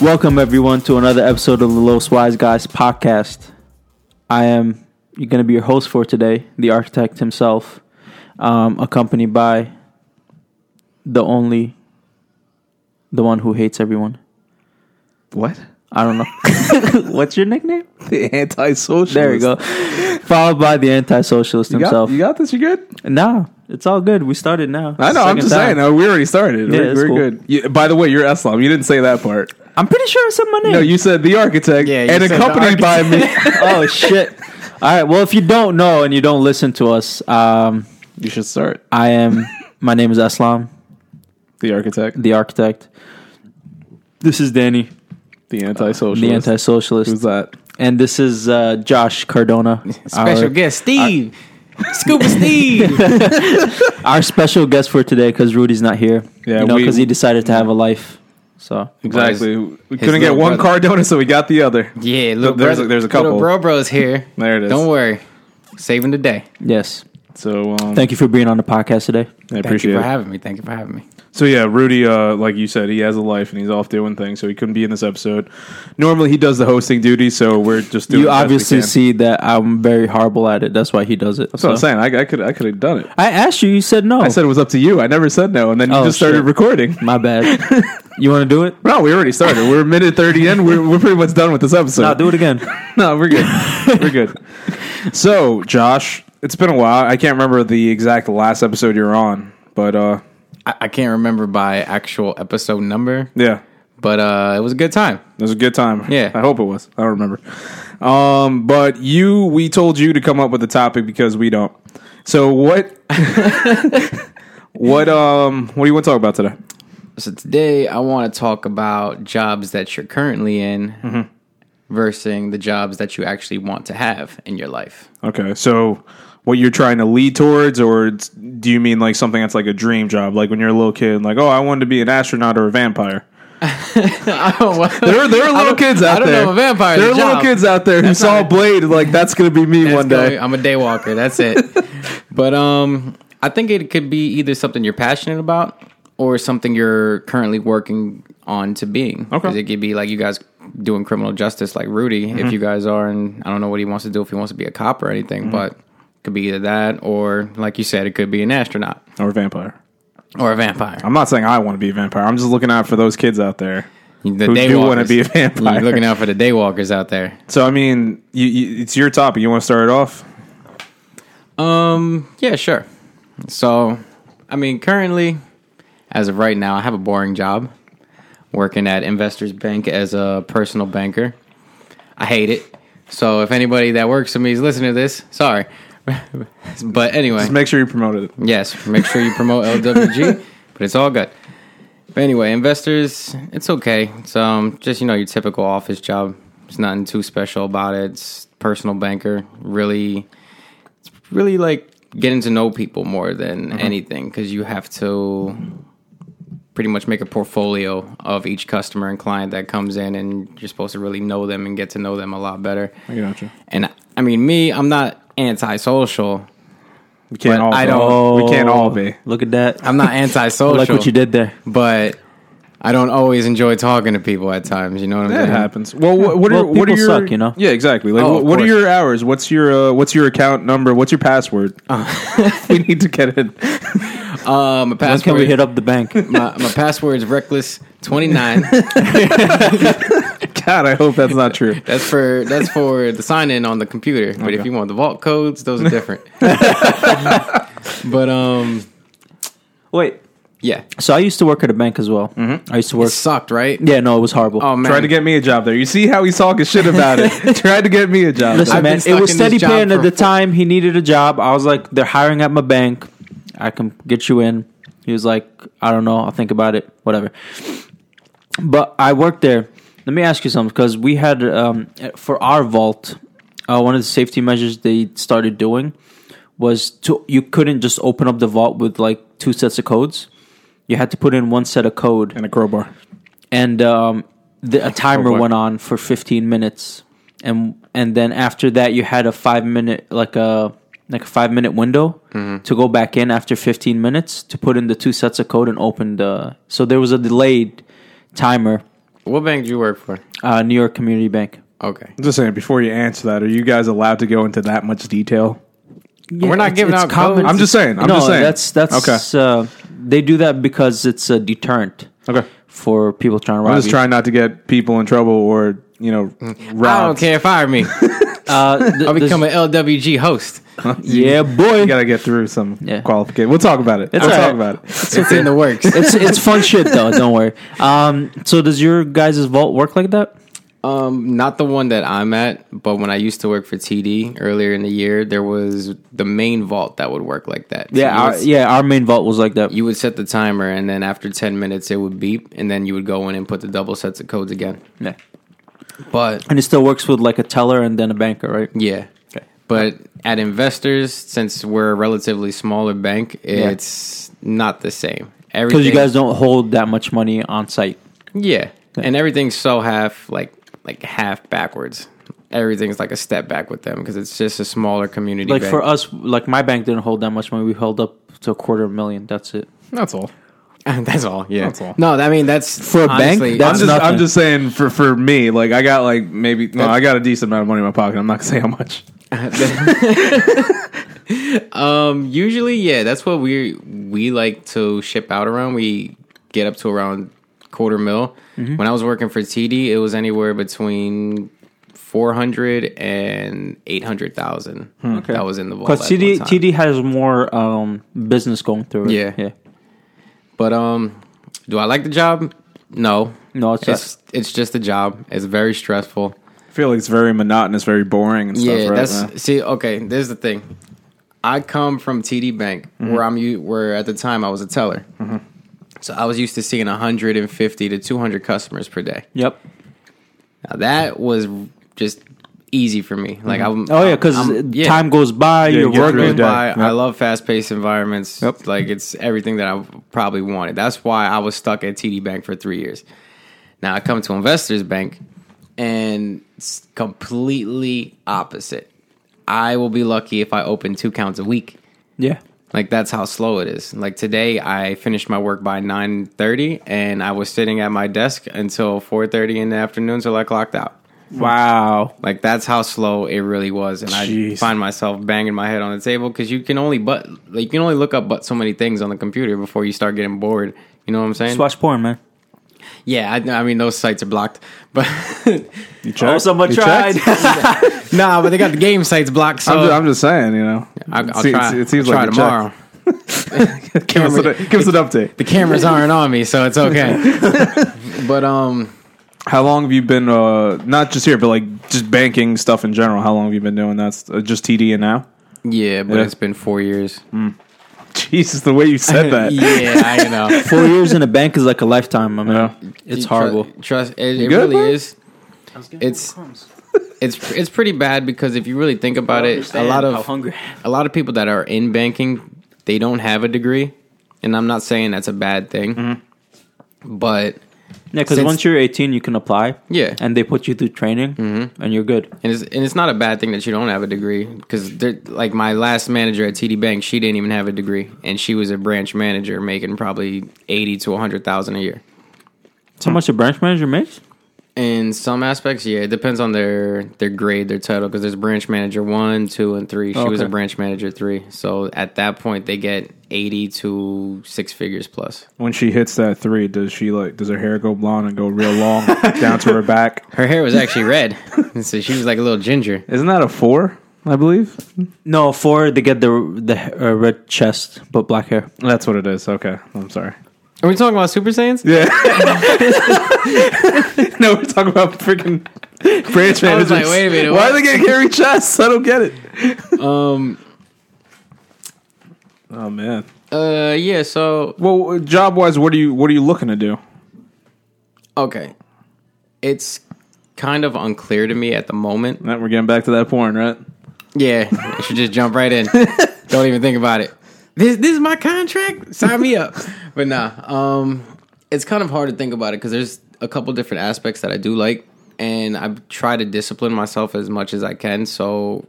Welcome everyone to another episode of the Los Wise Guys podcast. I am going to be your host for today, the architect himself, um, accompanied by the only, the one who hates everyone. What? I don't know. What's your nickname? The anti-socialist. There we go. Followed by the anti-socialist You got, himself. you got this? You good? nah, it's all good. We started now. I know. I'm Second just time. saying. uh, we already started. Yeah, we're it's we're cool. good. You, by the way, you're Islam. You didn't say that part. I'm pretty sure I said my name. No, you said the architect Yeah, you and said the accompanied by me. oh shit. All right. Well, if you don't know and you don't listen to us, um, You should start. I am. My name is Aslam, The architect, the architect. This is Danny, the anti-socialist. the anti-socialist, Who's that? and this is uh, Josh Cardona, Special our, guest Steve, Scuba Steve. our special guest for today because Rudy's not here. Yeah, you know, we- because he decided to have a life. So Exactly. We his couldn't get little one brother. car donor, so we got the other. Yeah, little There's a- brother- there's a little couple. bro bros here. There it is. Don't worry, saving the day. yes, So um, thank you for being on the podcast today. I Thank appreciate you for it. having me. Thank you for having me. So yeah, Rudy, uh, like you said, he has a life and he's off doing things, so he couldn't be in this episode. Normally, he does the hosting duty, so we're just doing. you the best we obviously can. see that I'm very horrible at it. That's why he does it. That's what I'm saying. I, I could I could have done it. I asked you. You said no. I said it was up to you. I never said no, and then you Oh, just started shit. recording. my bad. you want to do it? No, we already started. We're minute thirty in. We're we're pretty much done with this episode. No, do it again. No, we're good. we're good. So, Josh, it's been a while. I can't remember the exact last episode you're on, but uh, I, I can't remember by actual episode number, yeah, but uh, it was a good time. it was a good time. Yeah. I hope it was. I don't remember. Um, but you, we told you to come up with a topic because we don't. So what? what um? What do you want to talk about today? So today I want to talk about jobs that you're currently in versus the jobs that you actually want to have in your life. Okay, so what you're trying to lead towards, or it's- do you mean like something that's like a dream job, like when you're a little kid, like oh, I wanted to be an astronaut or a vampire. There are there are little kids out I don't there. know if a vampire is There a are little job. kids out there who saw Blade like that's gonna be me one That's day. going- I'm a day walker. That's it. but um, I think it could be either something you're passionate about or something you're currently working on to Okay. being. Mm-hmm. 'Cause it could be like you guys doing criminal justice, like Rudy, if you guys are, and I don't know what he wants to do if he wants to be a cop or anything, Mm-hmm. but it could be either that or, like you said, it could be an astronaut Or a vampire. or a vampire. I'm not saying I want to be a vampire. I'm just looking out for those kids out there. The who do wanna daywalkers. be a vampire. You're looking out for the day walkers out there. So I mean, you, you, it's your topic. You want to start it off? Um, yeah, sure. So, I mean, currently, as of right now, I have a boring job working at Investors Bank as a personal banker. I hate it. So, if anybody that works for me is listening to this, sorry. but anyway, Just make sure you promote it. Yes, make sure you promote LWG, but it's all good. But anyway, investors, it's okay. It's um just you know your typical office job. It's nothing too special about it. It's personal banker. Really, it's really like getting to know people more than Mm-hmm. anything because you have to pretty much make a portfolio of each customer and client that comes in, and you're supposed to really know them and get to know them a lot better. I got you. And I mean, me, I'm not antisocial. We can't But all. I be. don't- We can't all be. Oh, Look at that. I'm not antisocial. I like what you did there. but I don't always enjoy talking to people at times. You know what I'm That saying? Uh, happens. Well, what, what Well, are what are people your suck, you know? Yeah, exactly. Like, Oh, what, of what are course. your hours? What's your uh, what's your account number? What's your password? we need to get it. Uh, my When can password. we hit up the bank? my, my password's reckless twenty nine. God, I hope that's not true. that's for that's for the sign in on the computer. But if you want the vault codes, those are different. but um, Wait. yeah, So I used to work at a bank as well. Mm-hmm. I used to work. it sucked, right? yeah, no, it was horrible. Oh man, Trying to get me a job there. You see how he's talking shit about it. Trying to get me a job. Listen, I've been man, it stuck was in this steady job paying at for the four- time. He needed a job. I was like, they're hiring at my bank. I can get you in. He was like, I don't know. I'll think about it. Whatever. But I worked there, Let me ask you something because we had um, for our vault, uh, one of the safety measures they started doing was to you couldn't just open up the vault with like two sets of codes. You had to put in one set of code, and a crowbar. and um, the, a timer boy. went on for 15 minutes, and and then after that you had a five minute like a like a five minute window Mm-hmm. to go back in after 15 minutes to put in the two sets of code and open the. So there was a delayed timer. What bank do you work for? Uh, New York Community Bank. Okay. I'm just saying, before you answer that, are you guys allowed to go into that much detail? We're not giving out codes. I'm just saying. I'm no, just saying. that's that's uh, they do that because it's a deterrent okay. Okay. for people trying to rob I'm just you. trying not to get people in trouble or you know robbed. Mm. I don't care. Fire me. Uh, th- I'll this- become an LWG host. yeah, boy. You gotta get through some Yeah. qualification. We'll talk about it. It's we'll all talk right. about it. It's in the works. it's it's fun shit though. Don't worry. Um, so does your guys' vault work like that? Um, not the one that I'm at, but when I used to work for TD earlier in the year, there was the main vault that would work like that. So Yeah, you our, would- yeah. Our main vault was like that. You would set the timer, and then after ten minutes, it would beep, and then you would go in and put the double sets of codes again. yeah. But And it still works with like a teller and then a banker, right? yeah, Okay. but at investors, since we're a relatively smaller bank, Yeah. it's not the same. Everything Because you guys don't hold that much money on site. Yeah. And everything's so half like like half backwards. Everything's like a step back with them because it's just a smaller community. Like bank. for us, like my bank didn't hold that much money. We held up to a quarter of a million. That's it. That's all. that's all. Yeah. That's all. No, I mean that's For a bank, I'm that's- just, nothing. I'm just saying for for me, like I got like maybe no, I got a decent amount of money in my pocket. I'm not gonna say how much. um usually yeah, that's what we we like to ship out around. We get up to around quarter mil. When I was working for TD, it was anywhere between 400 and 800,000. Hmm. Okay. That was in the vault. Because at one TD time. TD has more um, business going through it. Yeah. yeah. But um, do I like the job? No, No, it's it's it's just a job. It's very stressful. I feel like it's very monotonous, very boring and stuff. yeah, right? Uh, that's Yeah. see. Okay, there's the thing. I come from TD Bank, where I'm u- where at the time I was a teller, so I was used to seeing 150 to 200 customers per day. Yep. Now that was just easy for me. Like I'm. Oh yeah, because I'm- yeah. time goes by. you're you get through working. the day. why Yep. I love fast paced environments. Yep. Like it's everything that I probably wanted. That's why I was stuck at TD Bank for three years. Now I come to Investors Bank and it's completely opposite. I will be lucky if I open two counts a week. Yeah. Like that's how slow it is. Like today I finished my work by 9:30 and I was sitting at my desk until 4:30 in the afternoon till I clocked out. Wow. Like that's how slow it really was, and I Jeez. find myself banging my head on the table because you can only but like you can only look up but so many things on the computer before you start getting bored. You know what I'm saying? Just watch porn, man. yeah, I, I mean those sites are blocked, but You Oh, checked? You checked? nah, but they got the game sites blocked. So I'm, just, I'm just saying, you know. I'll, I'll Se- try. It seems I'll like try you tomorrow. checked. give, us Camera- an, give us an update. The cameras aren't on me, so it's okay. but um, How long have you been? Uh, not just here, but like just banking stuff in general. How long have you been doing that? Uh, just TD and now. yeah, but Yeah. it's been four years. Jesus, the way you said that. yeah, I know. Four years in a bank is like a lifetime. I mean, it's You tru- horrible. Trust it, it good, really bro? is. It's it's it's pretty bad because if you really think about it, a lot of hungry. a lot of people that are in banking, they don't have a degree, and I'm not saying that's a bad thing, Mm-hmm. but Yeah, because Since- once you're 18, you can apply. Yeah. Mm-hmm. and they put you through training, and you're good. and it's and it's not a bad thing that you don't have a degree because like my last manager at TD Bank, she didn't even have a degree, and she was a branch manager making probably eighty to hundred thousand a year. That's how much a branch manager makes. In some aspects, yeah, it depends on their their grade, their title. Because there's branch manager one, two, and three. She was a Okay. branch manager three, so at that point they get eighty to six figures plus. When she hits that three, does she like? Does her hair go blonde and go real long down to her back? Her hair was actually red, and so she was like a little ginger. Isn't that a four? I believe No, four they get the the uh, red chest but black hair. that's what it is. Okay, I'm sorry. Are we talking about Super Saiyans? Yeah. no, we're talking about freaking branch managers. I was like, wait a minute, Why what? are they getting hairy chests? I don't get it. Um. Oh man. Uh. Yeah. So Well, job wise, what are you what are you looking to do? okay. it's kind of unclear to me at the moment. Now we're getting back to that porn, right? Yeah, I should just jump right in. Don't even think about it. This this is my contract. Sign me up. But nah, um, it's kind of hard to think about it because there's a couple different aspects that I do like, and I try to discipline myself as much as I can. So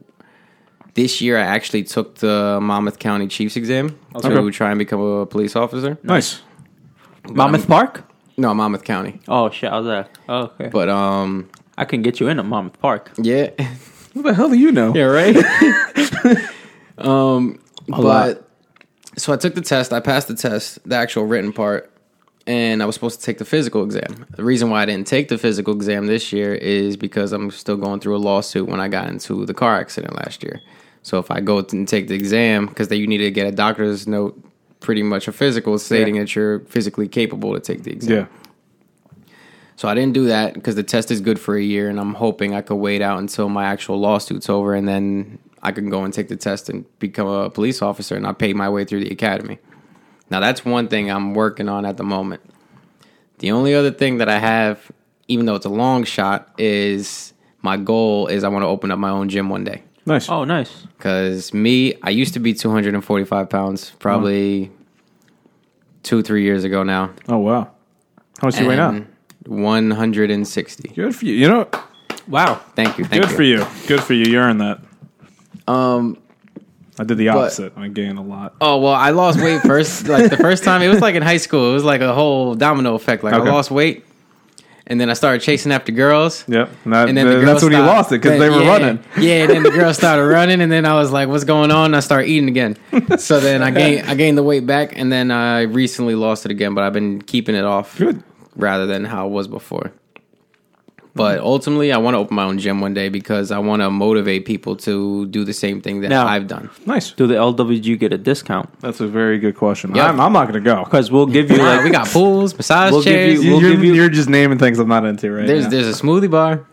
this year, I actually took the Monmouth County Chiefs exam Okay. to try and become a police officer. Nice. Monmouth Park? No, Monmouth County. Oh shit, I was there. Oh, okay. But um, I can get you in at Monmouth Park. yeah, What the hell do you know? yeah, right. Um, lot. but so I took the test. I passed the test, the actual written part, and I was supposed to take the physical exam. The reason why I didn't take the physical exam this year is because I'm still going through a lawsuit when I got into the car accident last year. So if I go and take the exam, because you need to get a doctor's note, pretty much a physical stating that you're physically capable to take the exam. Yeah. So I didn't do that because the test is good for a year, and I'm hoping I could wait out until my actual lawsuit's over, and then I can go and take the test and become a police officer, and I pay my way through the academy. Now that's one thing I'm working on at the moment. The only other thing that I have, even though it's a long shot, is my goal is I want to open up my own gym one day. Nice. Oh, nice. Cause me, I used to be 245 pounds, probably two, three years ago now. Oh, wow. How much do you weigh now? And 160. Good for you. You know, Wow. Thank you. Thank good for you. Good for you. You earned that. Um, I did the opposite. I gained a lot. Oh well, I lost weight first. like the first time, it was like in high school. It was like a whole domino effect. Like Okay. I lost weight, and then I started chasing after girls. Yep. And, that, And then the that's girls when you stopped- lost it because then- they were yeah, running. Yeah, and then the girls started running, and then I was like, "What's going on?" And I started eating again. So then I gained I gained the weight back, and then I recently lost it again. But I've been keeping it off Good. rather than how it was before. But ultimately, I want to open my own gym one day because I want to motivate people to do the same thing that Now- I've done. Nice. Do the LWG get a discount? That's a very good question. Yeah. I'm, I'm not going to go. Because we'll give you Nah, like we got pools, massage We'll give chairs. you- We'll you're, give you- you're just naming things I'm not into right There's now. there's a smoothie bar.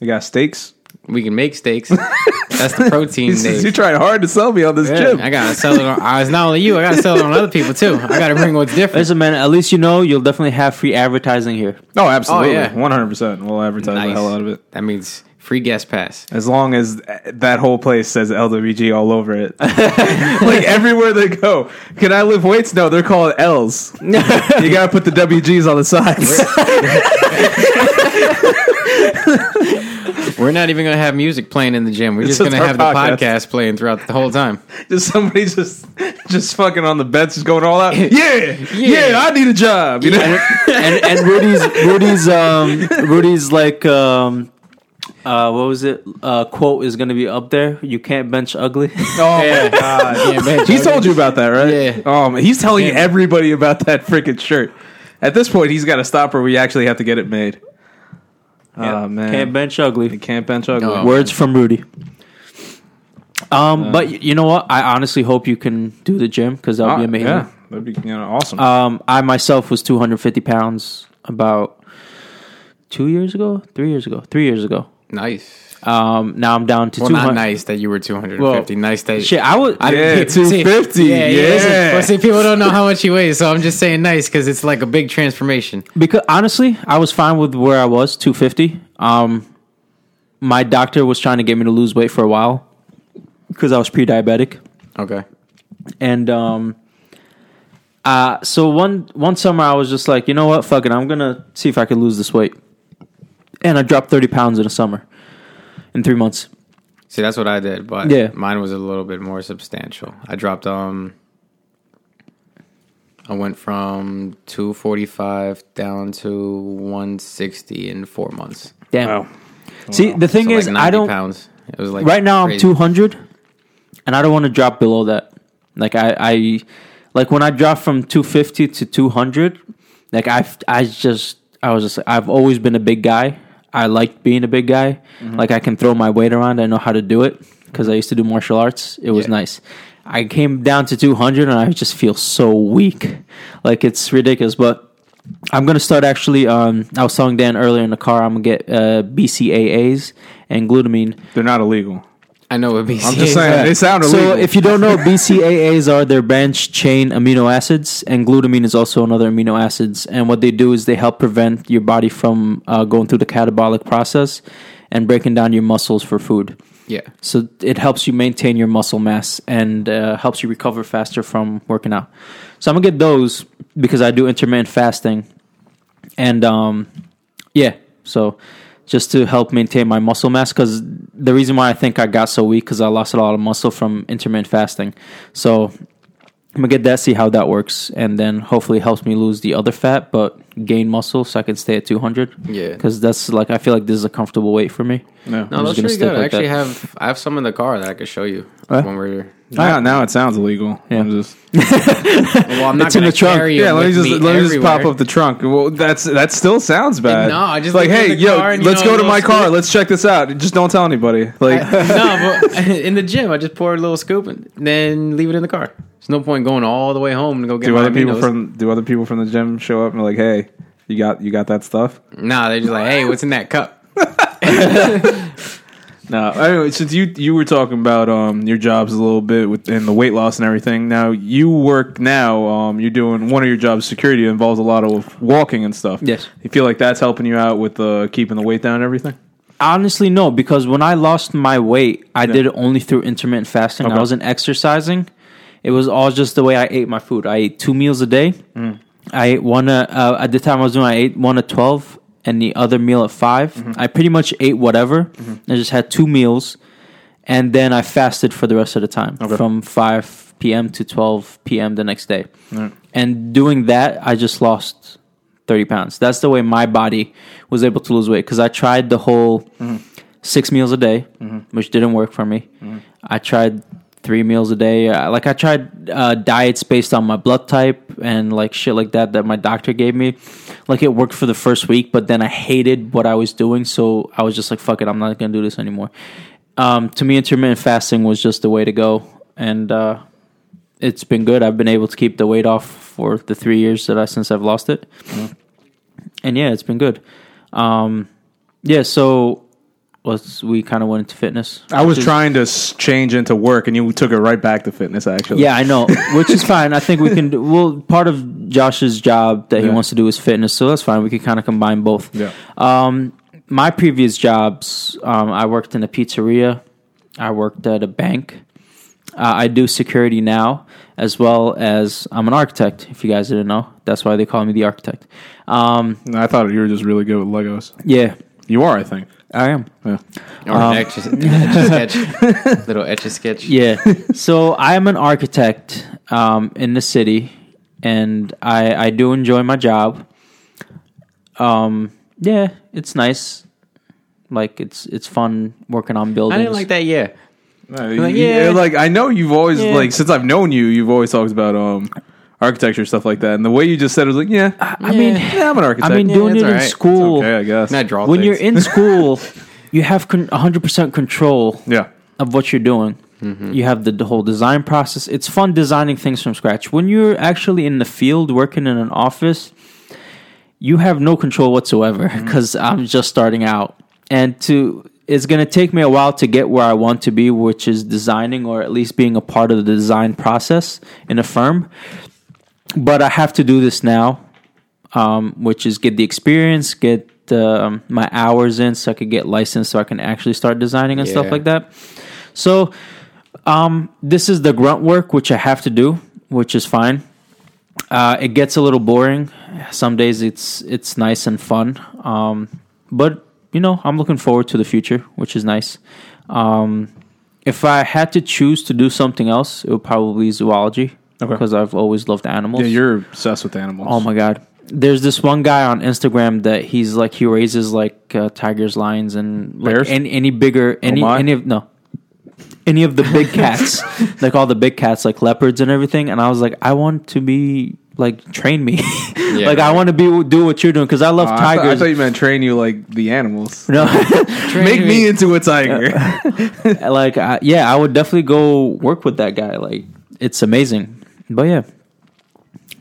You got steaks. We can make steaks. That's the protein He's, you name. tried hard to sell me on this gym. I gotta sell it on. I- It's not only you. I gotta sell it on other people too. I gotta bring what's different. Listen, man. At least you know you'll definitely have free advertising here. oh, absolutely. Oh, yeah. 100%. We'll advertise the Nice. hell out of it. That means free guest pass. As long as that whole place says LWG all over it. like everywhere they go. Can I lift weights? No, they're called L's. you got to put the WGs on the sides. We're not even gonna have music playing in the gym. We're just just gonna our have podcast. the podcast playing throughout the whole time. just somebody just just fucking on the bench just going all out. Yeah. Yeah, I need a job. You know? and and Rudy's Rudy's um Rudy's like um uh what was it uh quote is gonna be up there. You can't bench ugly. Oh my god. Yeah, man, He Joey. told you about that, right? Yeah. Oh, man, he's telling Yeah. everybody about that freaking shirt. At this point, he's got to stop or we actually have to get it made. Oh man. Um, Oh, Can't bench ugly. Can't bench ugly. No. Words from Rudy. Um, but y- you know what? I honestly hope you can do the gym because that would be Ah, amazing. Yeah, that'd be you know, awesome. Um, I myself was 250 pounds about two years ago, three years ago, three years ago. Nice. Um, now I'm down to Well, 200. not nice that you were 250. Well, nice that Shit, I would. I Yeah, didn't- see- 250, listen, yeah. Well, see, people don't know how much he weighs, so I'm just saying nice because it's like a big transformation. because honestly, I was fine with where I was, 250. Um, my doctor was trying to get me to lose weight for a while because I was pre-diabetic. Okay. and um uh so one one summer I was just like, you know what, fuck it, I'm gonna see if I could lose this weight. And I dropped thirty pounds in a summer. In three months. See, that's what I did, but Yeah. mine was a little bit more substantial. I dropped um I went from 245 down to 160 in 4 months. Damn. Wow. See, the thing So, like, is I 90 don't pounds. It was like right now I'm crazy. two hundred and I don't wanna drop below that. Like I, I like when I dropped from two fifty to two hundred, like I I just I was just I've always been a big guy. I like being a big guy. Mm-hmm. Like I can throw my weight around. I know how to do it because I used to do martial arts. It was Yeah. nice. I came down to 200 and I just feel so weak. Like it's ridiculous. But I'm gonna start actually. Um, I was telling Dan earlier in the car. I'm gonna get uh, BCAAs and glutamine. They're not illegal. I know what BCAAs I'm just saying they sound so illegal. if you don't know, BCAAs are their branch chain amino acids, and glutamine is also another amino acids. And what they do is they help prevent your body from uh, going through the catabolic process and breaking down your muscles for food. Yeah. So it helps you maintain your muscle mass and uh, helps you recover faster from working out. So I'm gonna get those because I do intermittent fasting, and um, yeah, so just to help maintain my muscle mass because the reason why I think I got so weak because I lost a lot of muscle from intermittent fasting. So I'm gonna get that, see how that works, and then hopefully it helps me lose the other fat but gain muscle so I can stay at 200. Yeah. because that's like I feel like this is a comfortable weight for me. no. No, I'm those are just gonna pretty stick good. I like actually that. have I have some in the car that I could show you when we're. Now, now it sounds illegal. Yeah. I'm just, Well, I'm not It's in gonna the trunk. carry it yeah, let me with just me let me just pop everywhere. up the trunk. Well, that's that still sounds bad. No, I just like looked in hey the yo, car and, you let's know, go to little my car. scoop. Let's check this out. Just don't tell anybody. Like no, but in the gym, I just pour a little scoop and then leave it in the car. There's no point going all the way home to go get do my other people aminos. from do other people from the gym show up and like hey you got you got that stuff? Nah, they're just like, hey, what's in that cup? No. Anyway, since you you were talking about um your jobs a little bit with and the weight loss and everything. Now you work now. Um, you're doing one of your jobs. Security involves a lot of walking and stuff. Yes. You feel like that's helping you out with uh, keeping the weight down and everything. Honestly, no, because when I lost my weight, I did it only through intermittent fasting. I Okay. wasn't exercising. It was all just the way I ate my food. I ate two meals a day. I ate one uh, uh, at the time I was doing. I ate one at twelve and the other meal at 5 I pretty much ate whatever. I just had two meals, and then I fasted for the rest of the time from five p.m. to twelve p.m. the next day. And doing that, I just lost 30 pounds. That's the way my body was able to lose weight because I tried the whole six meals a day, which didn't work for me. I tried three meals a day. Uh, Like I tried uh, diets based on my blood type and like shit like that that my doctor gave me. Like it worked for the first week, but then I hated what I was doing, so I was just like, "Fuck it, I'm not gonna do this anymore." Um, to me, intermittent fasting was just the way to go, and uh, it's been good. I've been able to keep the weight off for the three years that I since I've lost it, and yeah, it's been good. Um, yeah, so was we kind of went into fitness. I was trying to s- change into work, and you took it right back to fitness. Actually, Yeah, I know, which is fine. I think we can. Do, well, part of Josh's job that he Yeah. wants to do is fitness, so that's fine. We can kind of combine both. Yeah. Um, my previous jobs, um, I worked in a pizzeria. I worked at a bank. Uh, I do security now, as well as I'm an architect. If you guys didn't know, that's why they call me the architect. Um, No, I thought you were just really good with Legos. yeah, You are, I think. I am. Yeah. Or etch a sketch. Little etch a sketch. Um, Yeah. so I am an architect um, in the city, and I I do enjoy my job. Um. Yeah, it's nice. Like it's it's fun working on I buildings. didn't like that. Yeah. like, yeah. like I know you've always Yeah. like since I've known you, you've always talked about um architecture stuff like that, and the way you just said it was like, yeah, I mean, yeah, I'm an architect. Uh, I mean, Yeah, doing it's it in alright. It's school. okay, I guess. And I draw When things. you're in school, you have con- 100% control yeah, of what you're doing. Mm-hmm. You have the, the whole design process. It's fun designing things from scratch. When you're actually in the field working in an office, you have no control whatsoever because I'm just starting out, and to it's going to take me a while to get where I want to be, which is designing or at least being a part of the design process in a firm. But I have to do this now, um, which is get the experience, get um, my hours in, so I could get licensed, so I can actually start designing and stuff Yeah. like that. So um, this is the grunt work, which I have to do, which is fine. Uh, it gets a little boring. Some days it's it's nice and fun, um, but you know I'm looking forward to the future, which is nice. Um, if I had to choose to do something else, it would probably be zoology Okay. because I've always loved animals. yeah. You're obsessed with animals. Oh my god. There's this one guy on Instagram that he's like he raises like uh, tigers, lions, and like Bears? any, any bigger any my. any of no any of the big cats like all the big cats like leopards and everything. And I was like, I want to be like train me, like I want to be do what you're doing because I love Uh, I, thought- I tigers. thought you meant train you like the animals. no, Make me into a tiger. like I, yeah, I would definitely go work with that guy. Like it's amazing, but yeah, That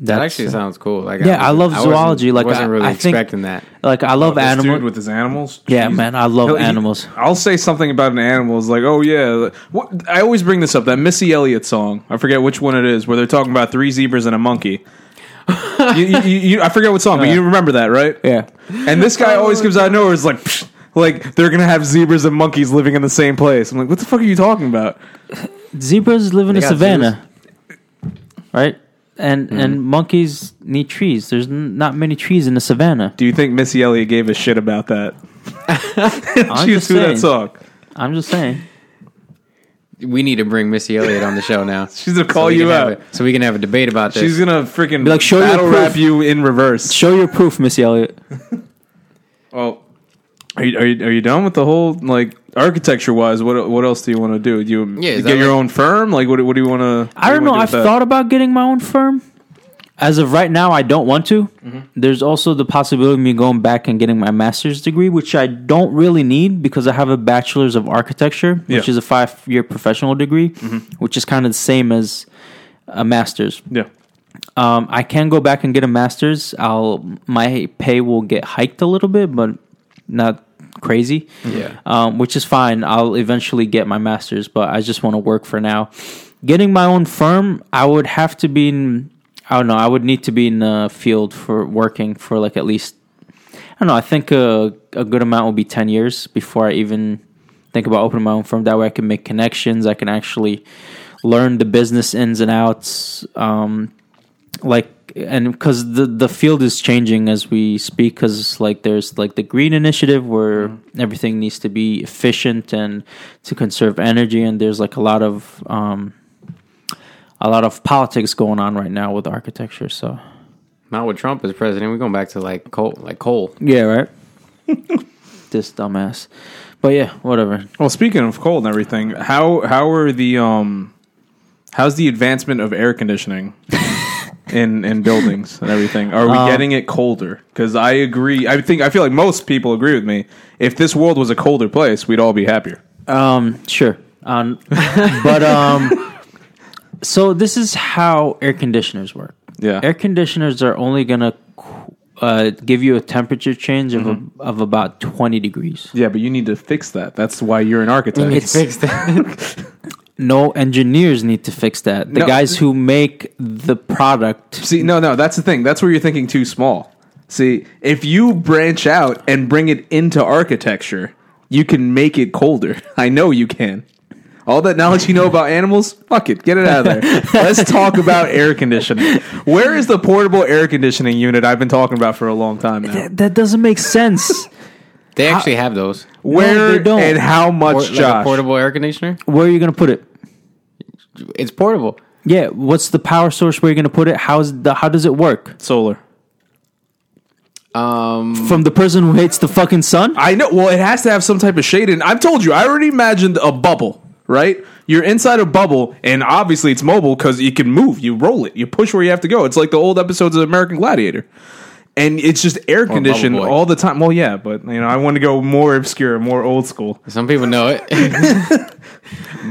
That's- actually sounds cool. Like Yeah, I love wasn't- wasn't- zoology, like, wasn't I- really I think- expecting that. Like I love This animals. dude with his animals. yeah, Jeez. man, I love Hell, he- animals. I'll say something about an animal. It's like, oh yeah, what, I always bring this up. That Missy Elliott song. I forget which one it is, where they're talking about three zebras and a monkey. you, you, you, you- I forget what song, but you remember that, right? Yeah. And this guy always comes out of nowhere. It's like, psh, like they're gonna have zebras and monkeys living in the same place. I'm like, what the fuck are you talking about? Zebras live in a got savanna, right? And and monkeys need trees. There's n- not many trees in the savanna. Do you think Missy Elliott gave a shit about that? I'm She was just through saying. that song. I'm just saying. We need to bring Missy Elliott on the show now. She's gonna call we you can have out. a- so we can have a debate about this. She's gonna freaking like, show your battle proof. rap you in reverse. Show your proof, Missy Elliott. Oh, are you, are you are you done with the whole like architecture wise? What what else do you want to do? Do you Yeah, is get that your like- own firm? Like what what do you want to? I don't know. I've thought about getting my own firm. As of right now, I don't want to. There's also the possibility of me going back and getting my master's degree, which I don't really need because I have a bachelor's of architecture, which Yeah. is a five year professional degree, which is kind of the same as a master's. Yeah, Um, I can go back and get a master's. I'll my pay will get hiked a little bit, but not crazy. Yeah. um, which is fine. I'll eventually get my master's, but I just want to work for now. Getting my own firm, I would have to be in. I don't know. I would need to be in the field for working for like at least. I don't know. I think a, a good amount will be ten years before I even think about opening my own firm. That way, I can make connections. I can actually learn the business ins and outs. Um, like and because the the field is changing as we speak because like there's like the green initiative where everything needs to be efficient and to conserve energy and there's like a lot of um a lot of politics going on right now with architecture so Not with Trump as president. We're going back to like coal, like coal. yeah right this dumbass but yeah whatever Well, speaking of cold and everything, how how are the um how's the advancement of air conditioning in in buildings and everything? Are we getting it colder? Because I agree. I think I feel like most people agree with me. If this world was a colder place, we'd all be happier. Um, sure. Um, but um, so this is how air conditioners work. Yeah. air conditioners are only gonna uh, give you a temperature change of a, of about twenty degrees. Yeah, but you need to fix that. That's why you're an architect. It's- Fix that. no engineers need to fix that. The No. guys who make the product, See, no, no, that's the thing. That's where you're thinking too small. See, if you branch out and bring it into architecture, you can make it colder. I know you can. All that knowledge you know about animals, fuck it, get it out of there. Let's talk about air conditioning. Where is the portable air conditioning unit I've been talking about for a long time now? that doesn't make sense. They actually have those. Where they don't. and how much, Or, like a Josh? portable air conditioner. Where are you gonna put it? It's portable. Yeah, what's the power source? Where are you gonna put it? How's the how does it work? Solar. Um, From the person who hates the fucking sun? I know. Well, it has to have some type of shade in. I've told you. I already imagined a bubble, right? You're inside a bubble, and obviously it's mobile because you can move. You roll it. You push where you have to go. It's like the old episodes of American Gladiator, and it's just air conditioned Boy. all the time. Well, yeah, but you know, I want to go more obscure, more old school. some people know it.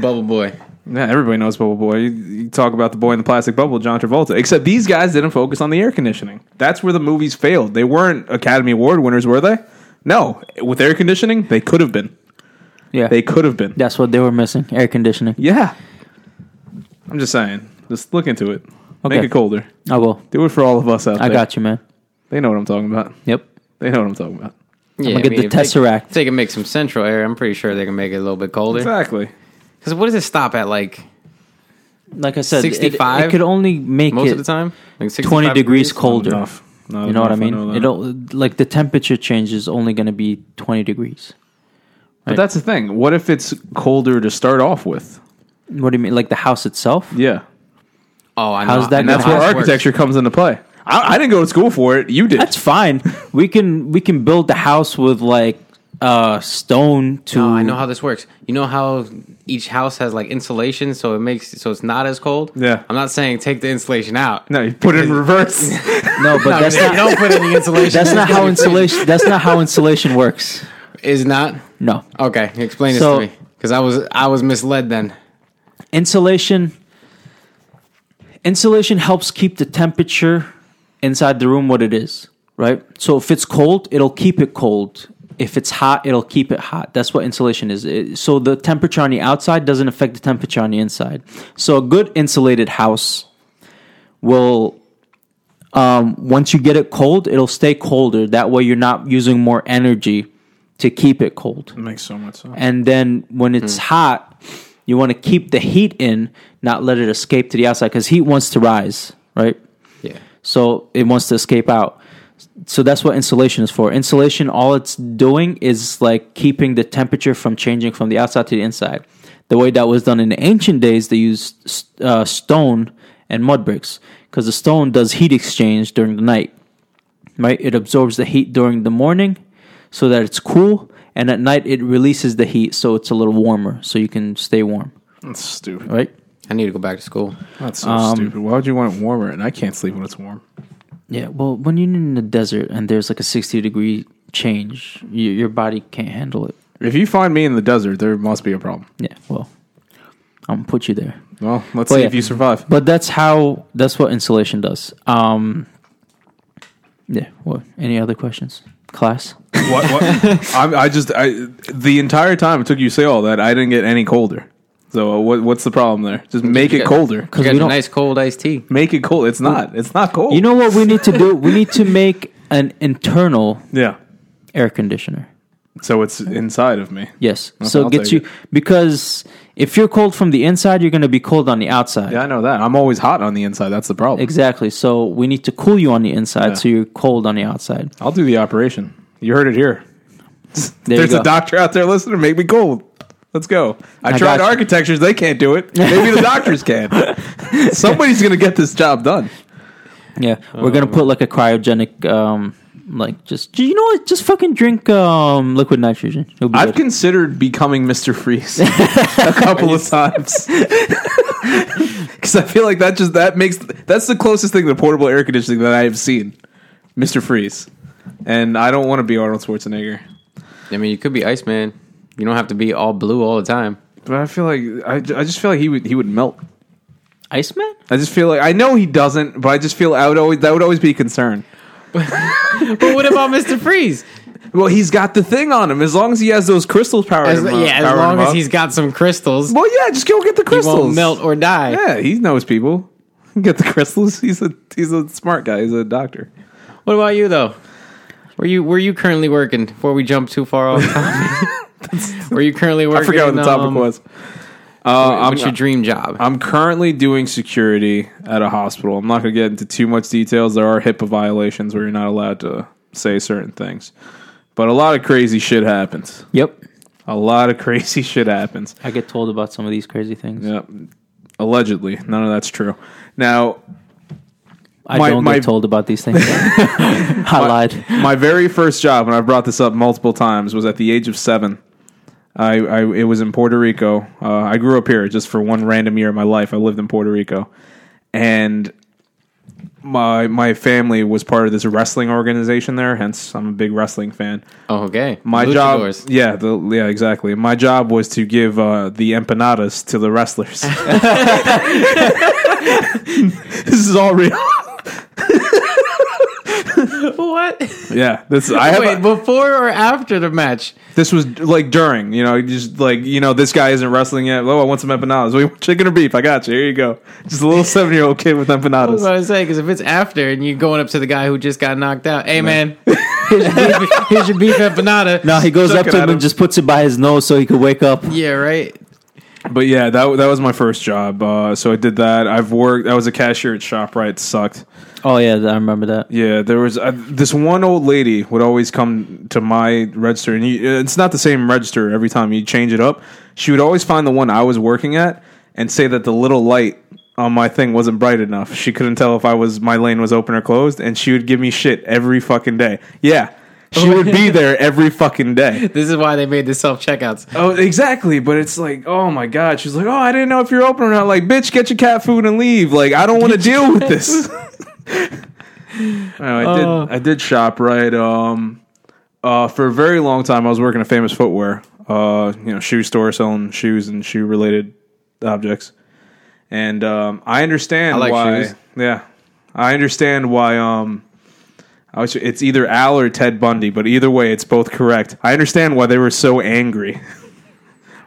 Bubble boy. Yeah, everybody knows Bubble Boy. You, you talk about the boy in the plastic bubble, John Travolta. Except these guys didn't focus on the air conditioning. That's where the movies failed. They weren't Academy Award winners, were they? No. With air conditioning, they could have been. Yeah, They could have been. that's what they were missing: air conditioning. Yeah. I'm just saying. Just look into it. Make Okay. it colder. I will. Do it for all of us out Oh, I there. got you, man. They know what I'm talking about. Yep. They know what I'm talking about. Yeah, gonna get the if they- Tesseract. If they can make some central air, I'm pretty sure they can make it a little bit colder. Exactly. Because what does it stop at? Like Like I said, it- It, 65? could only make most it of the time, like 20 65 degrees, colder. Enough. Not You know what I enough, mean? know that. It'll like the temperature change is only going to be 20 degrees. but that's the thing. What if it's colder to start off with? What do you mean? Like the house itself? Yeah. Oh, I know. How's that I And know That's how where this works. architecture comes into play. I, I didn't go to school for it. You did. That's fine. we can we can build the house with like uh stone to Oh, I know how this works. You know how each house has like insulation, so it makes so it's not as cold. Yeah. I'm not saying take the insulation out. no, you put it in reverse. No, but that's They not don't put any insulation. that's not how insulation insulation that's not how insulation works. is not. No. Okay, explain So- this to me because I was I was misled then. Insulation Insulation helps keep the temperature inside the room what it is, right? So if it's cold, it'll keep it cold. If it's hot, it'll keep it hot. That's what insulation is. It- so the temperature on the outside doesn't affect the temperature on the inside. So a good insulated house will um, once you get it cold, it'll stay colder. That way, you're not using more energy to keep it cold. Makes so much sense. Oh. And then when it's hot, you want to keep the heat in, not let it escape to the outside because heat wants to rise, right? Yeah. So it wants to escape out. So that's what insulation is for. Insulation, all it's doing is like keeping the temperature from changing from the outside to the inside. The way that was done in the ancient days, they used uh, stone and mud bricks because the stone does heat exchange during the night, right? It absorbs the heat during the morning so that it's cool, and at night it releases the heat so it's a little warmer so you can stay warm, That's stupid. right? I need to go back to school. That's so um, stupid. Why would you want it warmer? And I can't sleep when it's warm. Yeah, well, when you're in the desert and there's like a 60 degree change, you, your body can't handle it. If you find me in the desert, there must be a problem. Yeah, well, I'm gonna put you there. Well, let's Well, see yeah. if you survive. But that's how that's what insulation does. Um, yeah. What? Any other questions, class? what? what? I'm, I just I the entire time it took you to say all that I didn't get any colder. So uh, what? What's the problem there? Just make it got- colder. You got we a don't- nice cold iced tea. Make it cold. It's not. It's not cold. You know what we need to do? We need to make an internal Yeah. air conditioner. So it's inside of me. Yes. so I'll it gets you take because if you're cold from the inside, you're gonna be cold on the outside. Yeah, I know that. I'm always hot on the inside. That's the problem. Exactly. So we need to cool you on the inside, Yeah. so you're cold on the outside. I'll do the operation. You heard it here. There There's you go. a doctor out there listening. Make me cold. Let's go. I, I tried got you. architectures. They can't do it. Maybe the doctors can. Somebody's going to get this job done. Yeah, we're Um, gonna put like a cryogenic, um, like just you know what? Just fucking drink um liquid nitrogen. It'll be I've good. considered becoming Mr. Freeze a couple of times. Because I feel like that just that makes that's the closest thing to portable air conditioning that I have seen, Mr. Freeze, and I don't want to be Arnold Schwarzenegger. I mean, you could be Iceman. You don't have to be all blue all the time. But I feel like I, I just feel like he would he would melt. Iceman. I just feel like I know he doesn't, but I just feel I would always that would always be a concern. But what about Mister Freeze? Well, he's got the thing on him. As long as he has those crystals powered As, him up- yeah, as powering long him as up. he's got some crystals, well, yeah, just go get the he crystals. won't melt or die. Yeah, he knows people. Get the crystals. He's a he's a smart guy. He's a doctor. What about you though? Where you where you currently working? Before we jump too far off, where you currently working? I forgot what the topic um, was. Uh, What's your I'm, dream job? I'm currently doing security at a hospital. I'm not going to get into too much details. There are HIPAA violations where you're not allowed to say certain things. But a lot of crazy shit happens. Yep, A lot of crazy shit happens. I get told about some of these crazy things. Yep. Allegedly, none of that's true. Now, I My- don't my- get told about these things. I lied. my very first job, and I've brought this up multiple times, was at the age of seven. I, I it was in Puerto Rico. Uh, I grew up here just for one random year of my life. I lived in Puerto Rico, and my my family was part of this wrestling organization there. Hence, I'm a big wrestling fan. oh, okay. My Luchadors. job, yeah, the, yeah, exactly. My job was to give uh, the empanadas to the wrestlers. this is all real. What? Yeah, this I have. Wait, a- before or after the match? This was like during, you know, you just like you know, this guy isn't wrestling yet. Oh, I want some empanadas. We want chicken or beef. I got you. Here you go. Just a little seven year old kid with I was empanadas. about to say because if it's after and you're going up to the guy who just got knocked out, hey man, here's, your beef, here's your beef empanada. No, he goes Suck up it to at him him. and just puts it by his nose so he could wake up. Yeah, right. But yeah, that that was my first job. Uh, so I did that. I've worked. I was a cashier at Shoprite. Sucked. Oh yeah, I remember that. Yeah, there was uh, this one old lady would always come to my register, and you, it's not the same register every time you change it up. She would always find the one I was working at and say that the little light on my thing wasn't bright enough. She couldn't tell if I was my lane was open or closed, and she would give me shit every fucking day. Yeah, she would be there every fucking day. This is why they made the self checkouts. Oh, exactly. But it's like, oh my god. She's like, oh, I didn't know if you're open or not. Like, bitch, get your cat food and leave. Like, I don't want to deal with this. I, know, I Oh. did. I did shop right. Um, uh, for a very long time, I was working at Famous Footwear. Uh, you know, shoe store selling shoes and shoe related objects. and um, I understand I like why. shoes. Yeah, I understand why. Um, I was, it's either Al or Ted Bundy, but either way, it's both correct. I understand why they were so angry.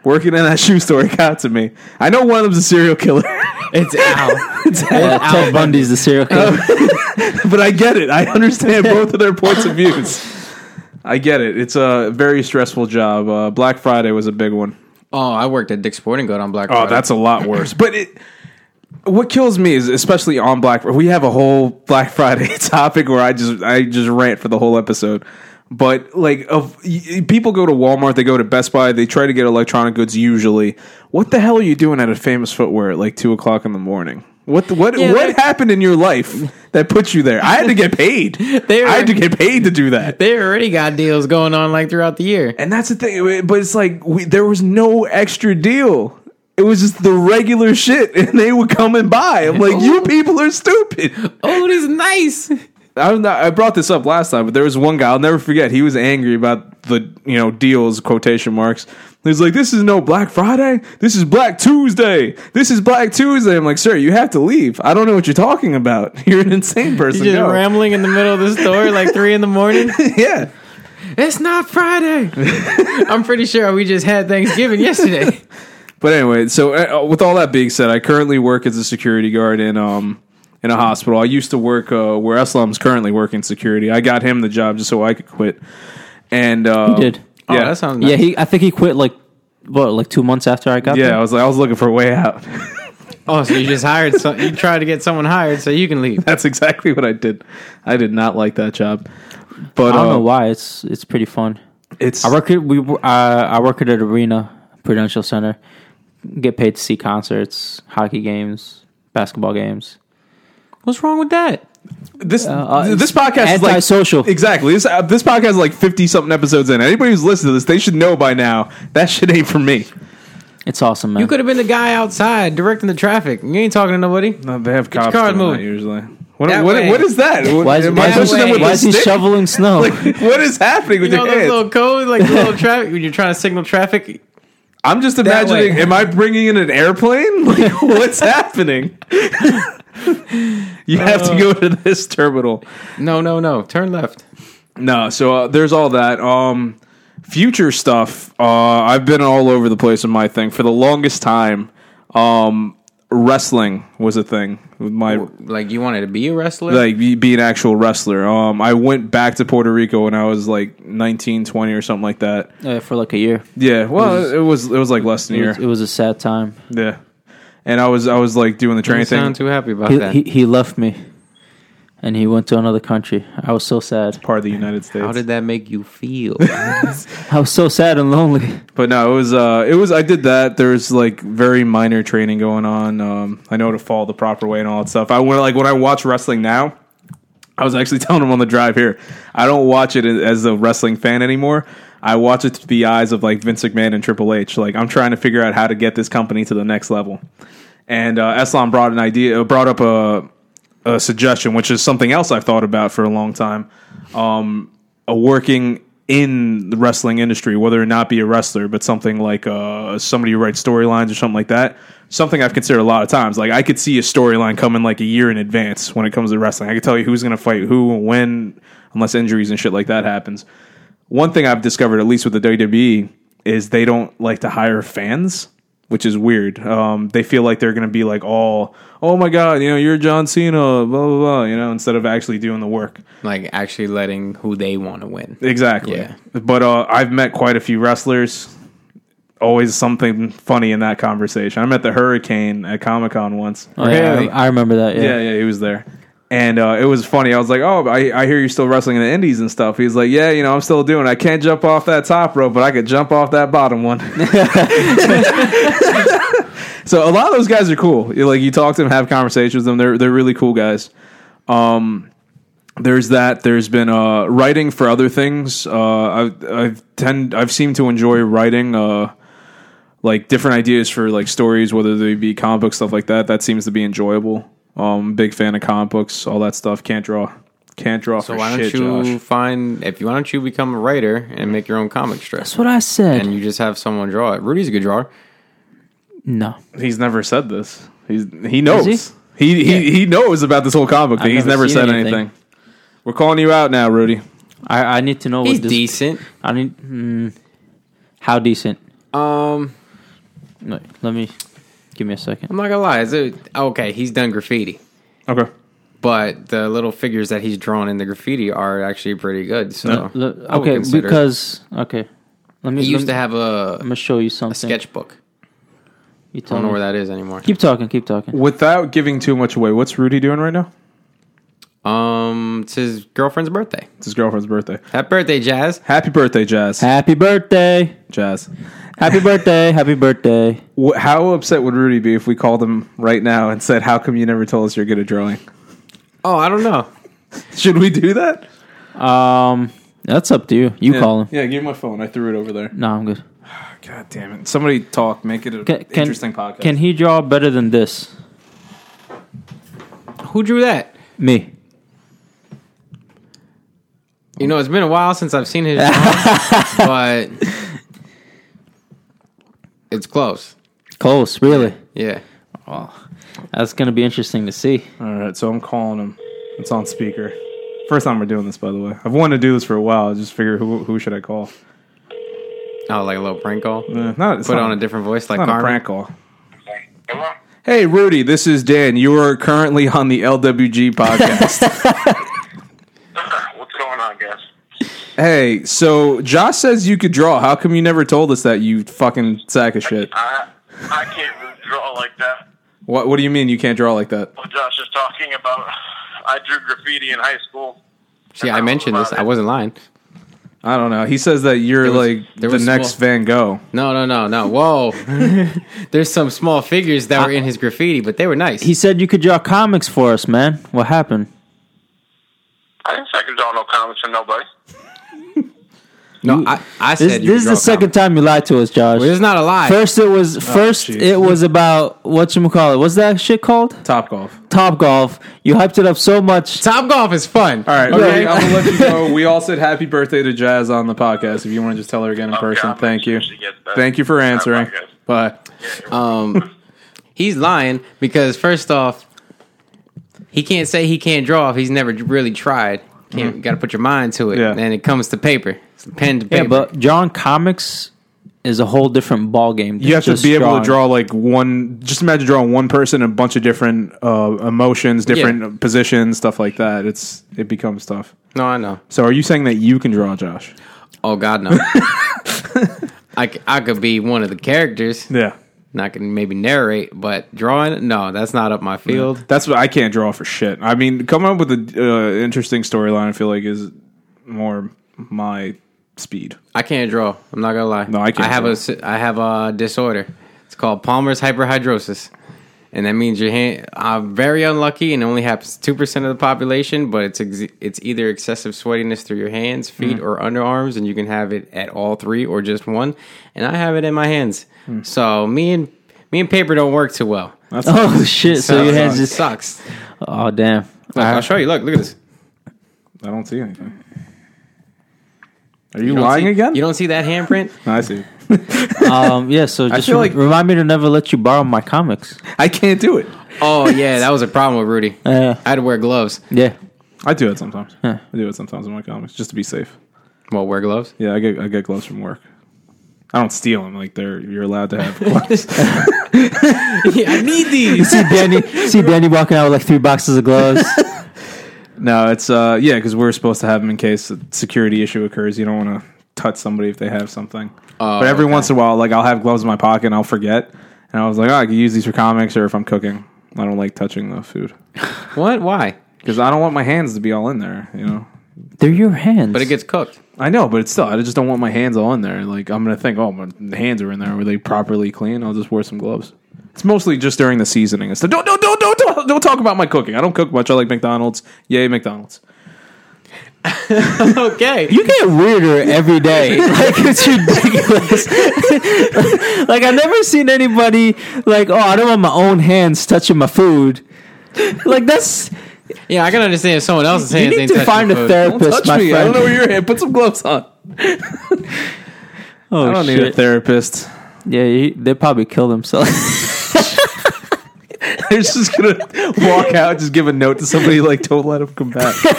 Working in that shoe store got to me. I know one of them's a serial killer, It's Al. it's Ted Bundy's the serial killer. but I get it. I understand both of their points of views. I get it. It's a very stressful job. Uh, Black Friday was a big one. Oh, I worked at Dick's Sporting Goods on Black Oh, Friday. that's a lot worse. But it, what kills me is especially on Black. We have a whole Black Friday topic where I just I just rant for the whole episode. But like, of y- y- people go to Walmart, they go to Best Buy, they try to get electronic goods. Usually, what the hell are you doing at a Famous Footwear at like two o'clock in the morning? What the, what what like- happened in your life that put you there? I had to get paid. They were- I had to get paid to do that. they already got deals going on like throughout the year. And that's the thing, but it's like we, there was no extra deal. It was just the regular shit, and they would come and buy. I'm like, you people are stupid. Oh, it is nice. I'm not, I brought this up last time, but there was one guy I'll never forget. He was angry about the you know deals quotation marks. He's like, this is no Black Friday. This is Black Tuesday. This is Black Tuesday. I'm like, sir, you have to leave. I don't know what you're talking about. You're an insane person. Just Go. rambling in the middle of the store like three in the morning. yeah. It's not Friday. I'm pretty sure we just had Thanksgiving yesterday. But anyway, so uh, with all that being said, I currently work as a security guard in um in a hospital. I used to work uh, where Eslam's currently working security. I got him the job just so I could quit. And uh, He did. Oh, Yeah, that sounds nice. Yeah, he. I think he quit like what, like two months after I got yeah. there. I was like, I was looking for a way out. Oh, so you just hired some you tried to get someone hired so you can leave. That's exactly what I did. I did not like that job. But I don't know uh, why. It's it's pretty fun. it's I work at we uh, I work at an arena, Prudential Center. Get paid to see concerts, hockey games, basketball games. What's wrong with that? this uh, this podcast is like antisocial. Exactly. This uh, this podcast is like fifty something episodes in. Anybody who's listened to this, they should know by now that shit ain't for me. It's awesome, man. You could have been the guy outside directing the traffic. You ain't talking to nobody. No, they have your cops car doing moving. that usually. What, That what, way. what is that? What, why is, am why I is- pushing them with why the is he stick? shoveling snow? Like, what is happening You with know their hands? those little codes, like little traffic when you're trying to signal traffic. I'm just That way. imagining. Am I bringing in an airplane? Like, what's happening? you have to Uh. go to this terminal. No, no, no. Turn left. No, so uh, there's all that. Um, future stuff. Uh, I've been all over the place in my thing for the longest time. Um, wrestling was a thing with my Like you wanted to be a wrestler. like be, be an actual wrestler. Um, I went back to Puerto Rico when I was like 19, 20 or something like that. Uh, for like a year. Yeah, well, it was it was, like less than a It year. was, it was a sad time. yeah, and I was I was like doing the you training thing. sound too happy about He, that. he he left me, and he went to another country. I was so sad. Part of the United States, How did that make you feel? I was so sad and lonely. but no, it was uh, it was I did that. There was like very minor training going on. Um, I know to fall the proper way and all that stuff. I went like when I watch wrestling now, I was actually telling him on the drive here. I don't watch it as a wrestling fan anymore. I watch it through the eyes of like Vince McMahon and Triple H. Like I'm trying to figure out how to get this company to the next level. And uh, Eslam brought an idea, brought up a, a suggestion, which is something else I've thought about for a long time. Um, a working in the wrestling industry, whether or not be a wrestler, but something like uh, somebody who writes storylines or something like that. Something I've considered a lot of times. Like I could see a storyline coming like a year in advance when it comes to wrestling. I could tell you who's going to fight who and when, unless injuries and shit like that happens. One thing I've discovered, at least with the WWE, is they don't like to hire fans, which is weird. Um, they feel like they're going to be like all, oh my god, you know, you're John Cena, blah blah blah, you know, instead of actually doing the work. like actually letting who they want to win. Exactly. Yeah. But uh, I've met quite a few wrestlers. Always something funny in that conversation. I met the Hurricane at Comic Con once. Oh, yeah, Really? I, I remember that. Yeah, yeah, he was there. And uh, it was funny. I was like, "Oh, I, I hear you're still wrestling in the Indies and stuff." He's like, "Yeah, you know, I'm still doing. It. I can't jump off that top rope, but I could jump off that bottom one." so a lot of those guys are cool. You like you talk to them, have conversations with them. They're they're really cool guys. Um, there's that. There's been uh, writing for other things. Uh, I've I've tend I've seemed to enjoy writing. Uh, like different ideas for like stories, whether they be comic book stuff like that. That seems to be enjoyable. Um, big fan of comic books, all that stuff. Can't draw, can't draw. So for why don't shit, you Josh. find if you why don't you become a writer and make your own comic strip? That's what I said. And you just have someone draw it. Rudy's a good drawer. no, He's never said this. He's he knows. Is he? He, he knows about this whole comic thing. I've He's never never seen said anything. anything. We're calling you out now, Rudy. I, I need to know what He's this. decent. I need mm, how decent. Um, No, let me give me a second. I'm not gonna lie. Is it okay? He's done graffiti, Okay. but the little figures that he's drawn in the graffiti are actually pretty good. So No. Look, I would okay, consider it. because okay, let me. he used let me, to have I'm a, gonna show you a something. sketchbook. You I tell don't know me. where that is anymore. Keep talking. Keep talking. Without giving too much away, what's Rudy doing right now? Um, it's his girlfriend's birthday. It's his girlfriend's birthday. Happy birthday, Jazz. Happy birthday, Jazz. Happy birthday! Jazz. Happy birthday! Happy birthday! Wh- How upset would Rudy be if we called him right now and said, "How come you never told us you're good at drawing?" Oh, I don't know. Should we do that? Um, that's up to you. You Yeah. call him. Yeah, give me my phone. I threw it over there. No, I'm good. God damn it! Somebody talk. Make it an Can, can, interesting podcast. Can he draw better than this? Who drew that? Me. You know, it's been a while since I've seen his drawing, but it's close. Close, really. Yeah. That's gonna be interesting to see. All right, so I'm calling him. It's on speaker. First time we're doing this, by the way. I've wanted to do this for a while. I just figure who who should I call? Oh, like a little prank call. Uh, not, it's Put not, on a different voice, like not a Carmen. prank call. Hey Rudy, this is Dan. You are currently on the LWG podcast. What's going on, guys? hey, so Josh says you could draw. How come you never told us that? You fucking sack of shit. I I can't really draw like that. What What do you mean you can't draw like that? What Josh is talking about, I drew graffiti in high school. See, I mentioned this. I wasn't lying. I don't know. He says that you're was- like there the was next small- Van Gogh. No, no, no, no. Whoa. There's some small figures that were in his graffiti, but they were nice. He said you could draw comics for us, man. What happened? I didn't second draw no comments from nobody. no, I, I said This, you could this is draw the second comics. time you lied to us, Josh. Well, it's not Oh, a lie. First, it was first. jeez. it was about what you call it. What's that shit called? Top golf. Top golf. You hyped it up so much. Top golf is fun. All right, Okay. Rudy, I'm gonna let you go. We all said happy birthday to Jazz on the podcast. If you want to just tell her again in Okay, person, I'll make thank sure you. she gets that. Thank you for answering. Alright, Bye. Um, he's lying because first off, he can't say he can't draw if he's never really tried. Can't got to put your mind to it, Yeah. and it comes to paper, it's pen to Yeah, paper. but drawing comics is a whole different ball game. than You have to just be able drawing. to draw like one. Just imagine drawing one person, a bunch of different uh, emotions, different Yeah. positions, stuff like that. It's it becomes tough. no, I know. So, are you saying that you can draw, Josh? Oh God, no. I, c- I could be one of the characters, Yeah, and I can maybe narrate, but drawing, no, that's not up my field. that's what I can't draw for shit. I mean, coming up with an uh, interesting storyline, I feel like is more my speed. I can't draw. I'm not gonna lie. No, I can't I have draw. a s- I have a disorder. It's called Palmer's hyperhidrosis, and that means your hand. I'm very unlucky, and it only happens two percent of the population. But it's ex- it's either excessive sweatiness through your hands, feet, Mm-hmm. or underarms, and you can have it at all three or just one. And I have it in my hands. Hmm. So me and me and paper don't work too well. That's Oh shit! So, your hands it just. sucks. Oh damn. Look, I'll show you. Look, look at this. I don't see anything. Are you, You don't lying see- again? You don't see that handprint? I see. Um. Yeah. So just feel re- like- remind me to never let you borrow my comics. I can't do it. Oh yeah, that was a problem with Rudy. Uh, I had to wear gloves. yeah. I do it sometimes. I do it sometimes in my comics just to be safe. Well, wear gloves. Yeah, I get I get gloves from work. I don't steal them. Like they're you're allowed to have gloves. yeah, I need these. See Danny. see Danny walking out with like three boxes of gloves. no, it's uh yeah, because we're supposed to have them in case a security issue occurs. You don't want to touch somebody if they have something. Uh, Oh, but every once in a while, like I'll have gloves in my pocket and I'll forget, and I was like, oh, I could use these for comics or if I'm cooking. I don't like touching the food What? Why? because I don't want my hands to be all in there. You know. They're your hands. But it gets cooked. I know, but it's still. I just don't want my hands all in there. Like I'm gonna think, oh, my hands are in there. Were they properly clean? I'll just wear some gloves. It's mostly just during the seasoning and stuff. Don't don't don't don't don't, don't talk about my cooking. I don't cook much. I like McDonald's. Yay, McDonald's. Okay. You get weirder every day. Like it's ridiculous. like I never seen anybody like, oh, I don't want my own hands touching my food. Like that's yeah, I can understand if someone else's hands you need ain't to touching find the a food. therapist, my friend. I don't know where you're at. Put some gloves on. oh, I don't shit. need a therapist. yeah, you, they probably kill themselves. They're just gonna walk out, just give a note to somebody like, "Don't let him come back." this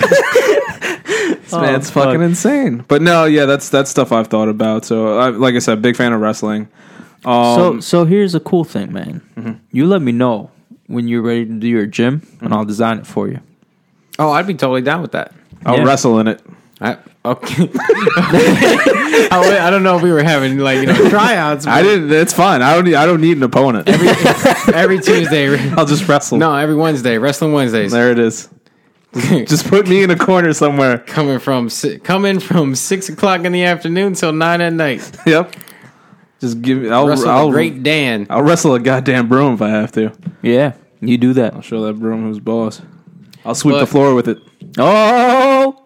man's Oh, fuck. fucking insane. But no, yeah, that's that's stuff I've thought about. So, I, like I said, big fan of wrestling. Um, Um, so so here's a cool thing, man. Mm-hmm. You let me know when you're ready to do your gym, and I'll design it for you. Oh, I'd be totally down with that. I'll Yeah. wrestle in it. I, okay. I, wa- I don't know if we were having like you know tryouts. I didn't. It's fine. I don't. Need, I don't need an opponent. every Tuesday. I'll just wrestle. No, every Wednesday, wrestling Wednesdays. there it is. Just put me in a corner somewhere. coming from si- coming from six o'clock in the afternoon till nine at night. Yep. Just give. me- I'll. Wrestle I'll, the Great Dan. I'll wrestle a goddamn broom if I have to. Yeah, you do that. Oh, I'll show that broom who's boss. I'll sweep the Look. floor with it. Oh,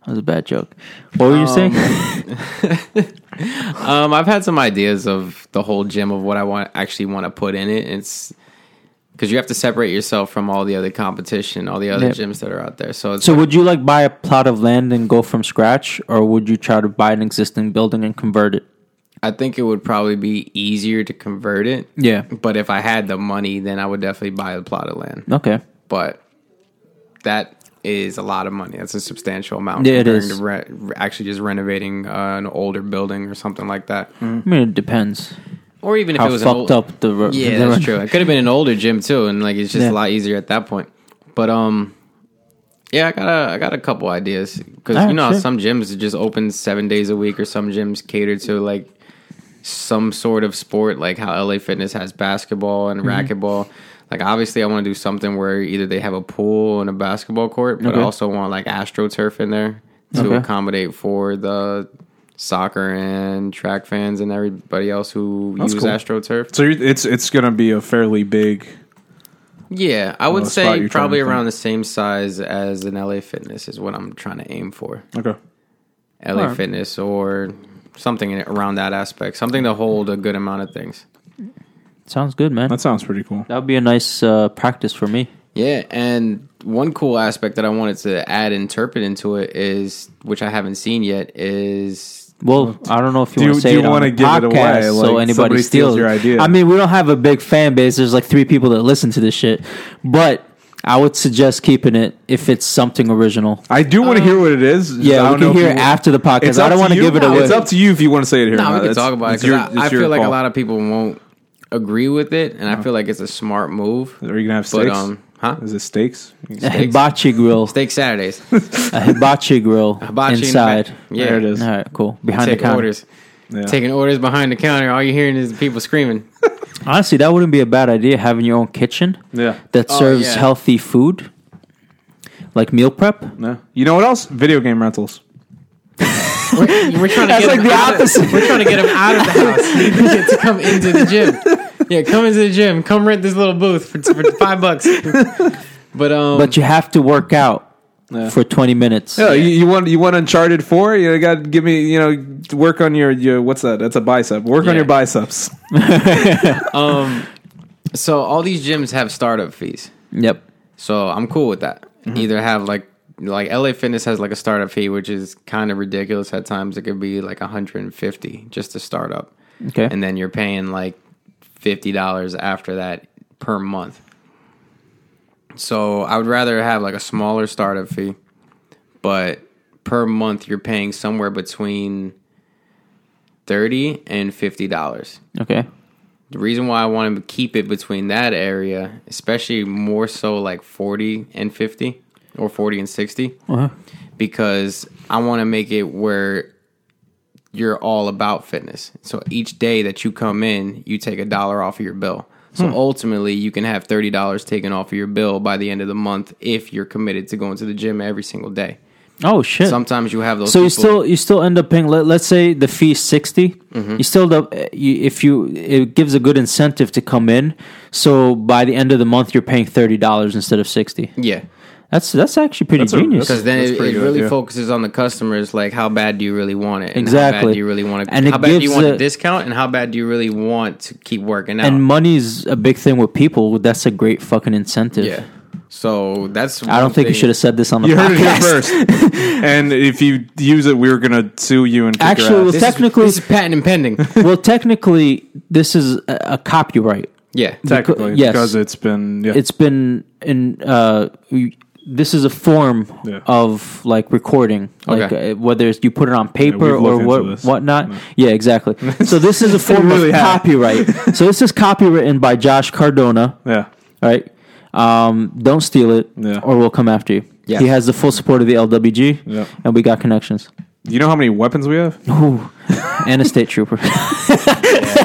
that was a bad joke. What were you saying? Um, I've had some ideas of the whole gym of what I want actually want to put in it. It's because you have to separate yourself from all the other competition, all the other Yep. gyms that are out there. So, it's So would you like buy a plot of land and go from scratch, or would you try to buy an existing building and convert it? I think it would probably be easier to convert it. Yeah. But if I had the money, then I would definitely buy a plot of land. Okay. But that is a lot of money. That's a substantial amount. Yeah, it comparing is. To re- actually, just renovating uh, an older building or something like that, I mean, it depends or even Mm. if Mm. how it was fucked an old- up the ro- Yeah, the that's ro- true. It could have been an older gym too, and like it's just Yeah. a lot easier at that point. But um, yeah, I got a I got a couple ideas because Alright, you know how sure. some gyms are just open seven days a week, or some gyms cater to like some sort of sport, like how LA Fitness has basketball and Mm-hmm. racquetball. Like obviously, I want to do something where either they have a pool and a basketball court, but Okay. I also want like AstroTurf in there to Okay. accommodate for the soccer and track fans and everybody else who That's use cool. AstroTurf. So you- it's it's gonna be a fairly big. Yeah, I Uh, would spot you're say trying probably to find. around the same size as an LA Fitness is what I'm trying to aim for. Okay. LA Alright. Fitness or something in- around that aspect, something to hold a good amount of things. Sounds good, man. That sounds pretty cool. that would be a nice uh, practice for me. Yeah, and one cool aspect that I wanted to add interpret into it is, which I haven't seen yet, is Well, I don't know if you Do you- want to say do you it on wanna the give it away, podcast, like, so anybody somebody steals steals your idea? I mean, we don't have a big fan base. There's like three people that listen to this shit, but I would suggest keeping it if it's something original. I do want to hear what it is. just I Uh, Yeah, don't we know if can hear you it want- after the podcast. It's I up don't to want to you. give it No, away. It's up to you if you want to say it here. or No, not. we can It's- talk about it it's your- 'cause it's I, I your feel like a call. lot of people won't agree with it, and Uh-huh. I feel like it's a smart move. Are you gonna have But steaks? um, huh? Is it steaks? a hibachi grill. Steak Saturdays, A hibachi grill hibachi in the inside. back. Yeah, There it is. All right, cool. Behind the Take counter. orders. Yeah. taking orders behind the counter. All you're hearing is people screaming. Honestly, that wouldn't be a bad idea having your own kitchen Yeah. that Oh, serves yeah. healthy food, like meal prep. No. You know what else? Video game rentals. We're trying to get like them the out of- opposite. We're trying to get them out of the house Get to come into the gym. Yeah, come into the gym. Come rent this little booth for, for five bucks. But um, But you have to work out for 20 minutes. Yeah, You, you want you want Uncharted Four? You got to give me you know work on your, your what's that? That's a bicep. Work on your Yeah. biceps. so all these gyms have startup fees. Yep. So I'm cool with that. Mm-hmm. Either have like like LA Fitness has like a startup fee, which is kind of ridiculous at times. It could be like 150 just to start up, Okay. and then you're paying like fifty dollars after that per month. So I would rather have like a smaller startup fee, but per month you're paying somewhere between thirty and fifty dollars. okay. The reason why I want to keep it between that area, especially more so like 40 and 50 or 40 and 60, Uh-huh. because I want to make it where you're all about fitness. So each day that you come in, you take a dollar off of your bill. Hmm. So ultimately, you can have $30 taken off of your bill by the end of the month if you're committed to going to the gym every single day. Oh shit. Sometimes you have those so you people- still you still end up paying. Let, let's say the fee is 60 Mm-hmm. You still do, you, if you it gives a good incentive to come in. So by the end of the month, you're paying thirty dollars instead of sixty. Yeah. That's that's actually pretty That's a- genius. Because then That's it, it pretty good, really yeah. focuses on the customers, like how bad do you really want it, and How bad Exactly. do you really want to, And it how bad do you gives want a- a discount, and how bad do you really want to keep working out? and money's a big thing with people. That's a great fucking incentive. yeah. So that's. I don't think you should have said this on the You heard it here podcast. first. and if you use it, we were gonna sue you and kick Actually, your ass. it was- Technically- this is patent and pending. well, technically, this is a, a copyright. Yeah. Technically, yes. because it's been yeah. it's been in uh we- this is a form Yeah. of like recording like Okay. uh, whether it's you put it on paper we've or looked into what this. whatnot yeah exactly so this is a form really of have. copyright so this is copywritten by josh cardona yeah. all right um don't steal it Yeah. or we'll come after you Yes. he has the full support of the lwg Yeah. and we got connections You know how many weapons we have? Ooh. and a state trooper well,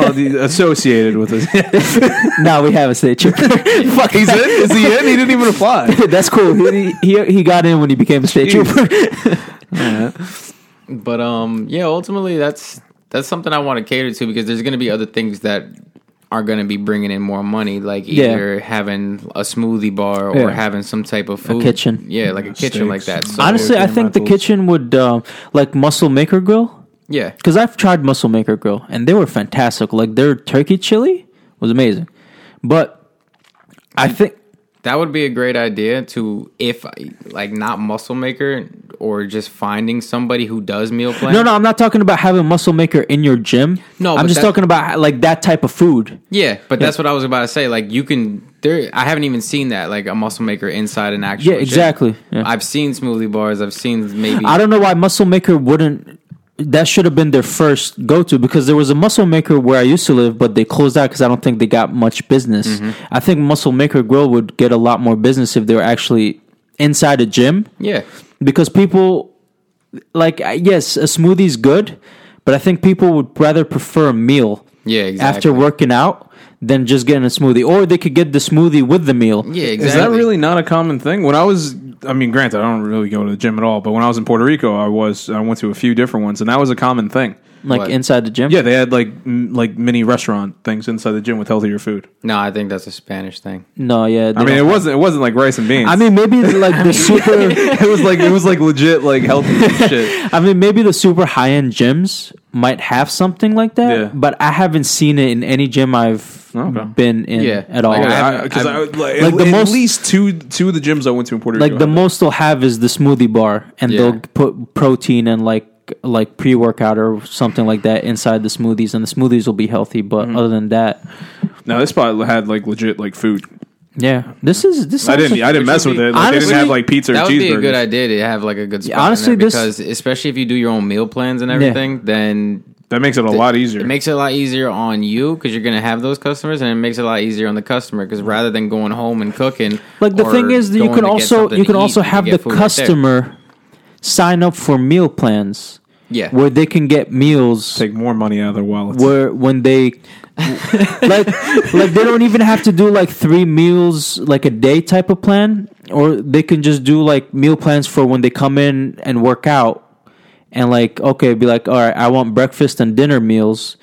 Oh, the, associated with us. now we have a state trooper fuck He's in. Is he in? He didn't even apply. that's cool he, he, he got in when he became a state Jeez. trooper But um, yeah, ultimately that's that's something I want to cater to because there's going to be other things that are going to be bringing in more money, like Yeah. either having a smoothie bar or Yeah. having some type of food kitchen. Yeah, like a kitchen like that. Steaks. So, Honestly, I Game think the rentals. kitchen would um like Muscle Maker Grill yeah, because I've tried Muscle Maker Grill and they were fantastic. Like their turkey chili was amazing, but I think that would be a great idea to if I- like not muscle maker or just finding somebody who does meal plan. no, no, I'm not talking about having Muscle Maker in your gym. No, I'm but just that- talking about like that type of food. Yeah, but that's what I was about to say. Like you can there I haven't even seen that, like a muscle maker inside an actual Yeah, gym. exactly. Yeah. I've seen smoothie bars, I've seen maybe I don't know why Muscle Maker wouldn't. That should have been their first go to because there was a Muscle Maker where I used to live, but they closed out because I don't think they got much business. Mm-hmm. I think Muscle Maker Grill would get a lot more business if they were actually inside a gym. Yeah. because people like I- yes a smoothie's good but i think people would rather prefer a meal Yeah, exactly. after working out than just getting a smoothie or they could get the smoothie with the meal Yeah, exactly. Is that really not a common thing? When I was, I mean, granted, I don't really go to the gym at all, but when I was in Puerto Rico, I was, I went to a few different ones, and that was a common thing. like What? inside the gym Yeah, they had like m- like mini restaurant things inside the gym with healthier food. No, I think that's a Spanish thing. no yeah they I mean, it don't- wasn't it wasn't like rice and beans. i mean maybe like the super it was like it was like legit like healthy shit. i mean maybe the super high end gyms might have something like that Yeah. but i haven't seen it in any gym i've Okay. been in Yeah. at all Like, I haven't- Because I, I've- would like, Like at, the at most- least two two of the gyms I went to in Puerto Rico. like the had most they'll have is the smoothie bar and Yeah. they'll put protein and like like pre-workout or something like that inside the smoothies and the smoothies will be healthy but Mm-hmm. other than that that. no, this spot had like legit like food. yeah this is I this sounds didn't like- I didn't mess would with be- it. Like, they didn't honestly, have like pizza or that would be a cheeseburgers. good idea to have like a good spot in honestly, there this- because especially if you do your own meal plans and everything, then That makes it a lot easier. It makes it a lot easier on you because you're going to have those customers, and it makes it a lot easier on the customer because rather than going home and cooking, like the or thing is that you going can to get also something you to can eat, also you have get the food right there. customer sign up for meal plans yeah, where they can get meals take more money out of their wallets. where when they like like they don't even have to do like three meals like a day type of plan or they can just do like meal plans for when they come in and work out and like okay be like all right i want breakfast and dinner meals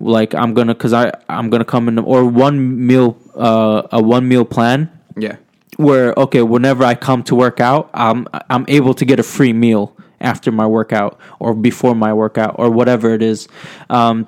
like i'm gonna because i i'm gonna come in or one meal uh a one meal plan yeah, where okay whenever i come to work out i'm i'm able to get a free meal after my workout or before my workout or whatever it is um,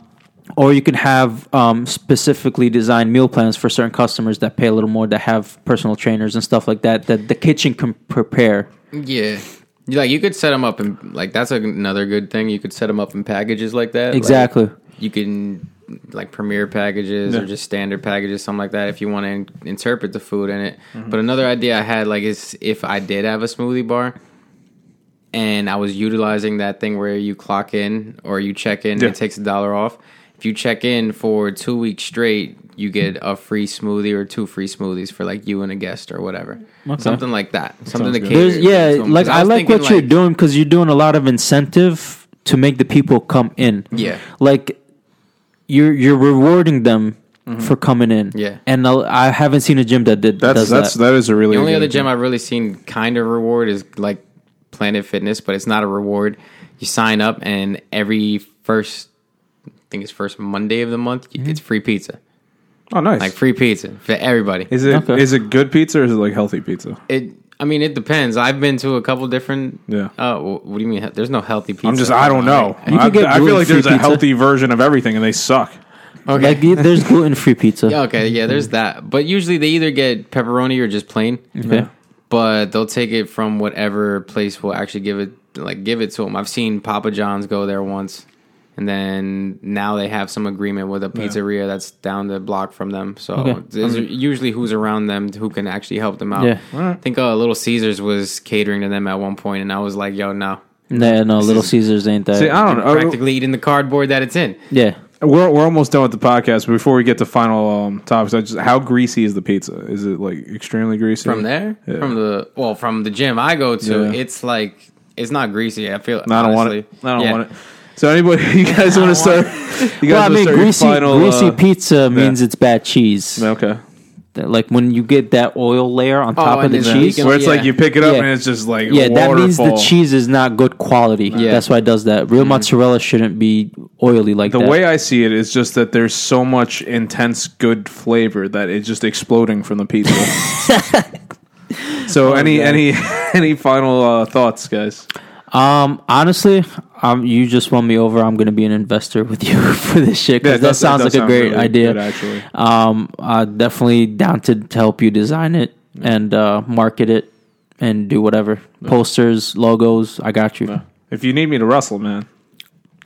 or you can have um, specifically designed meal plans for certain customers that pay a little more that have personal trainers and stuff like that that the kitchen can prepare yeah. You- Like you could set them up and like that's another good thing. You could set them up in packages like that. like, Exactly. you can like premiere packages or just standard packages, something like that, if you want to in- interpret the food in it. Mm-hmm. But another idea I had like is if I did have a smoothie bar and I was utilizing that thing where you clock in or you check in, and Yeah. it takes a dollar off. If you check in for two weeks straight, you get a free smoothie or two free smoothies for like you and a guest or whatever. Something like that. Something to good. cater. There's, yeah to 'em. like 'Cause i, was like thinking, what you're doing because you're doing a lot of incentive to make the people come in Yeah. like you're you're rewarding them for coming in Mm-hmm. Yeah. and I'll- i haven't seen a gym that did that's does that's that. that is a really The only good other gym I've really seen kind of reward is like Planet Fitness, but it's not a reward. You sign up, and every first, I think it's first Monday of the month, you Mm-hmm. it's free pizza. Oh, nice. Like free pizza for everybody. is it is Okay. it good pizza or is it like healthy pizza? It. I mean, it depends. I've been to a couple different. Yeah. Uh, wh- what do you mean? There's no healthy pizza. I'm just I don't know. You I, could get I feel like gluten-free there's a pizza. healthy version of everything and they suck. Okay. Like you- there's gluten free pizza. Yeah, okay. Yeah. There's that. But usually they either get pepperoni or just plain. Okay. but they'll take it from whatever place will actually give it like give it to them. I've seen Papa John's go there once. And then now they have some agreement with a pizzeria that's down the block from them. So Okay. there's usually who's around them who can actually help them out. Yeah. I think uh, Little Caesars was catering to them at one point, and I was like, "Yo, no, Nah, no, Little Caesars ain't that. See, I don't know. Uh, practically eating the cardboard that it's in." yeah. We're, we're almost done with the podcast. But before we get to final um, topics, I just how greasy is the pizza? Is it like extremely greasy From there, Yeah. Mm. from the well, from the gym I go to, Yeah. it's like it's not greasy. I feel. No, I don't honestly. want it. I don't Yeah. want it. So anybody, you guys want to start? You guys Well, I wanna mean, start your greasy, final, greasy uh, pizza means it's bad cheese. Okay. That- Like when you get that oil layer on top of Oh, and the then cheese. you Where it's like Yeah. you pick it up Yeah. and it's just like Yeah, a that means the waterfall. Mm-hmm. cheese is not good quality. Yeah. That's why it does that. Real mozzarella shouldn't be oily like The that. way I see it is just that there's so much intense good flavor that it's just exploding from the pizza. Oh so any any any final uh, thoughts, guys? um, honestly, um, you just won me over. I'm going to be an investor with you for this shit Yeah, because it that does- sounds does like a sound great really idea. good, actually. um, uh, definitely down to, to help you design it Mm. and uh, market it and do whatever posters, logos. I got you. If you need me to wrestle, man.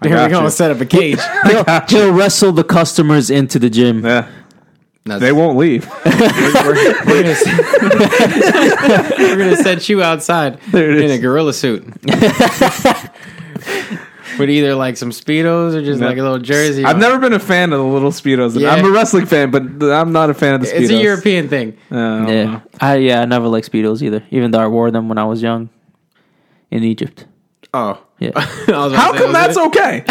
I There got we go. you. Set up a cage. He'll, he'll wrestle the customers into the gym. Yeah, No, they won't leave. We're gonna, we're gonna set you outside There it in is. a gorilla suit. With either like some speedos or just Yeah. like a little jersey. I've on. never been a fan of the little speedos. Yeah. I'm a wrestling fan, but th- I'm not a fan of the speedos. It's a European thing. Uh, I don't know. Yeah, I yeah, I never liked speedos either. Even though I wore them when I was young in Egypt. Oh, Yeah, How come that's okay?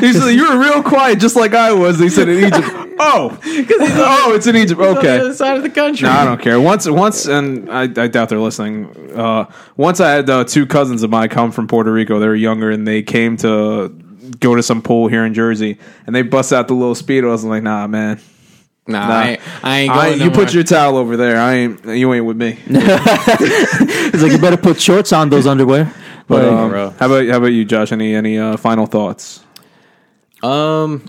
he said, you were real quiet, just like I was. He said in Egypt. Oh, oh, it's in Egypt. okay? The other Okay. side of the country. No, I don't care. Once, once, and I, I doubt they're listening. Uh, once I had uh, two cousins of mine come from Puerto Rico. They were younger, and they came to go to some pool here in Jersey, and they bust out the little speedos. I'm like, nah, man. nah, Nah. I, ain't- I ain't I, going. you no put more. your towel over there. I ain't. You ain't with me. it's like you better put shorts on those underwear. But, Like, um, bro. how about how about you, Josh? Any any uh, final thoughts? um.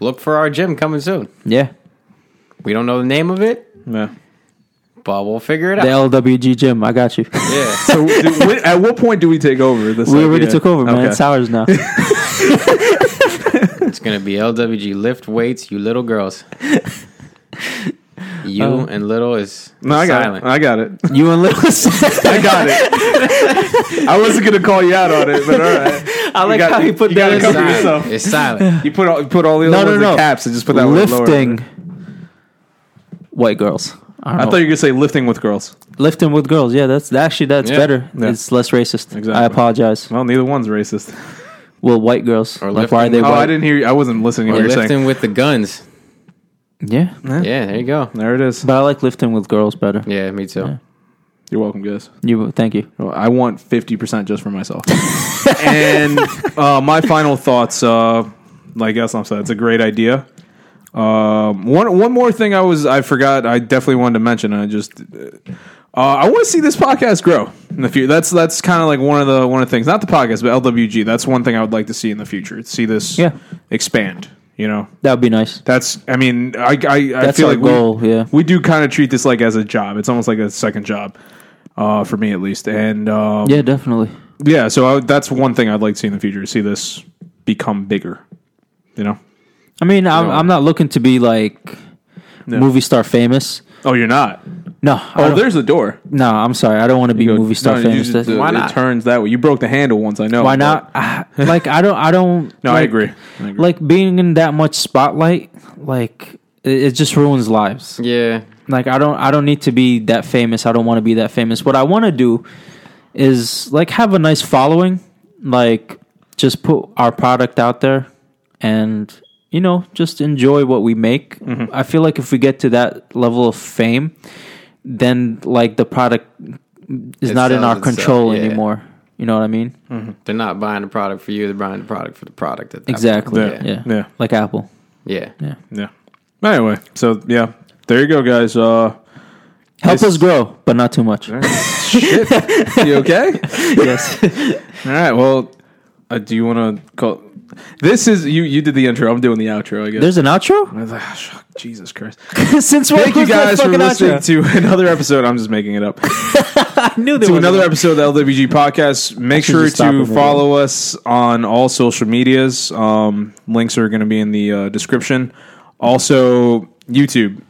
Look for our gym coming soon. yeah, We don't know the name of it, Yeah. but we'll figure it the out. LWG gym. I got you. Yeah. So, do, when, at what point do we take over? This We already idea? took over, man. Okay. It's ours now. It's gonna be LWG lift weights, you little girls. You and little is Um, no, I got silent. it. I got it. you and Lewis. I got it. I wasn't gonna call you out on it, but all right. I like got- how he put you uh, that. gotta in it's cover there. silent. yourself. It's silent. You put all, you put all the other No, ones no, no. in caps and just put that one lower. lifting. White girls. I, don't I know. thought you were gonna say lifting with girls. lifting with girls. Yeah, that's actually that's Yeah. better. Yeah. It's less racist. Exactly. I apologize. Well, neither one's racist. Well, white girls. Or like, why are lifting- they Oh, white? I didn't hear. you. I wasn't listening to We're what you're lifting saying. with the guns. Yeah, Yeah, there you go. There it is. but I like lifting with girls better. Yeah, me too. You're welcome, guys. You thank you. Well, I want fifty percent just for myself. and uh, my final thoughts, uh, like Eslam said, it's a great idea. Um, one one more thing I was I forgot I definitely wanted to mention. And I just uh, I want to see this podcast grow in the future. That's that's kind of like one of the one of the things, not the podcast, but LWG. That's one thing I would like to see in the future. See this Yeah. expand. You know, That would be nice. that's I mean I I, I That's feel our like goal, we, yeah. we do kind of treat this like as a job. It's almost like a second job. Uh, for me at least, and um, Yeah, definitely. yeah, so I, that's one thing I'd like to see in the future. See this become bigger. You know? I mean, I'm, I'm not looking to be like movie star famous. Oh, you're not. No, Oh, I don't- the door. no. I'm sorry. I don't want to be movie star famous. That's- Why Why not? not? It turns that way. You broke the handle once. I know. why but- not? Ah, like I don't. I don't. No, I like- agree. I agree. Like being in that much spotlight, like it, it just ruins lives. Yeah. Like I don't. I don't need to be that famous. I don't want to be that famous. What I want to do is like have a nice following. Like just put our product out there, and you know, just enjoy what we make. Mm-hmm. I feel like if we get to that level of fame, then like the product is It not in sells our itself, control yeah. anymore. You know what I mean? They're not buying the product for you, they're buying the product for the product at that Exactly. Yeah. Yeah. Yeah. Like Apple. point. Yeah. Yeah. Anyway, so yeah, there you go, guys. Uh, Help This- us grow, but not too much. you okay? yes. All right. Well, uh, do you want to call? This is you. You did the intro. I'm doing the outro. I guess. There's an outro? Ah, shuck, Jesus Christ. Since when Thank you was there guys for fucking listening outro? to another episode. I'm just making it up. knew there to was another episode of the LWG podcast. Make should sure just stop it to right follow us on all social medias. Um, links are going to be in the uh, description. Also, YouTube.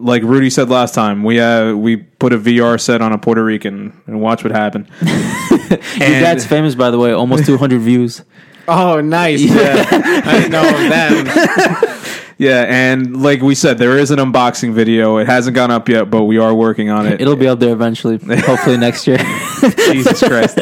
Like Rudy said last time, we uh, we put a VR set on a Puerto Rican and watch what happened. Your And- dad's famous, by the way. Almost 200 views. Oh, nice. Yeah. I didn't know that. yeah, and like we said, there is an unboxing video. It hasn't gone up yet, but we are working on it. It'll be up there eventually. Hopefully next year. Jesus Christ.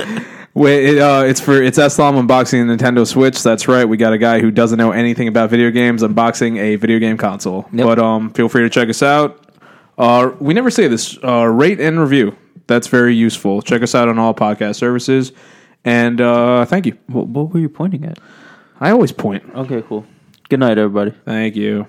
Wait, it, uh, it's for it's Eslam unboxing a Nintendo Switch. That's right. We got a guy who doesn't know anything about video games unboxing a video game console. Yep. But um, feel free to check us out. Uh, we never say this. Uh, rate and review. That's very useful. Check us out on all podcast services. And uh, thank you. what, what were you pointing at? I always point. Okay, cool. Good night, everybody. Thank you.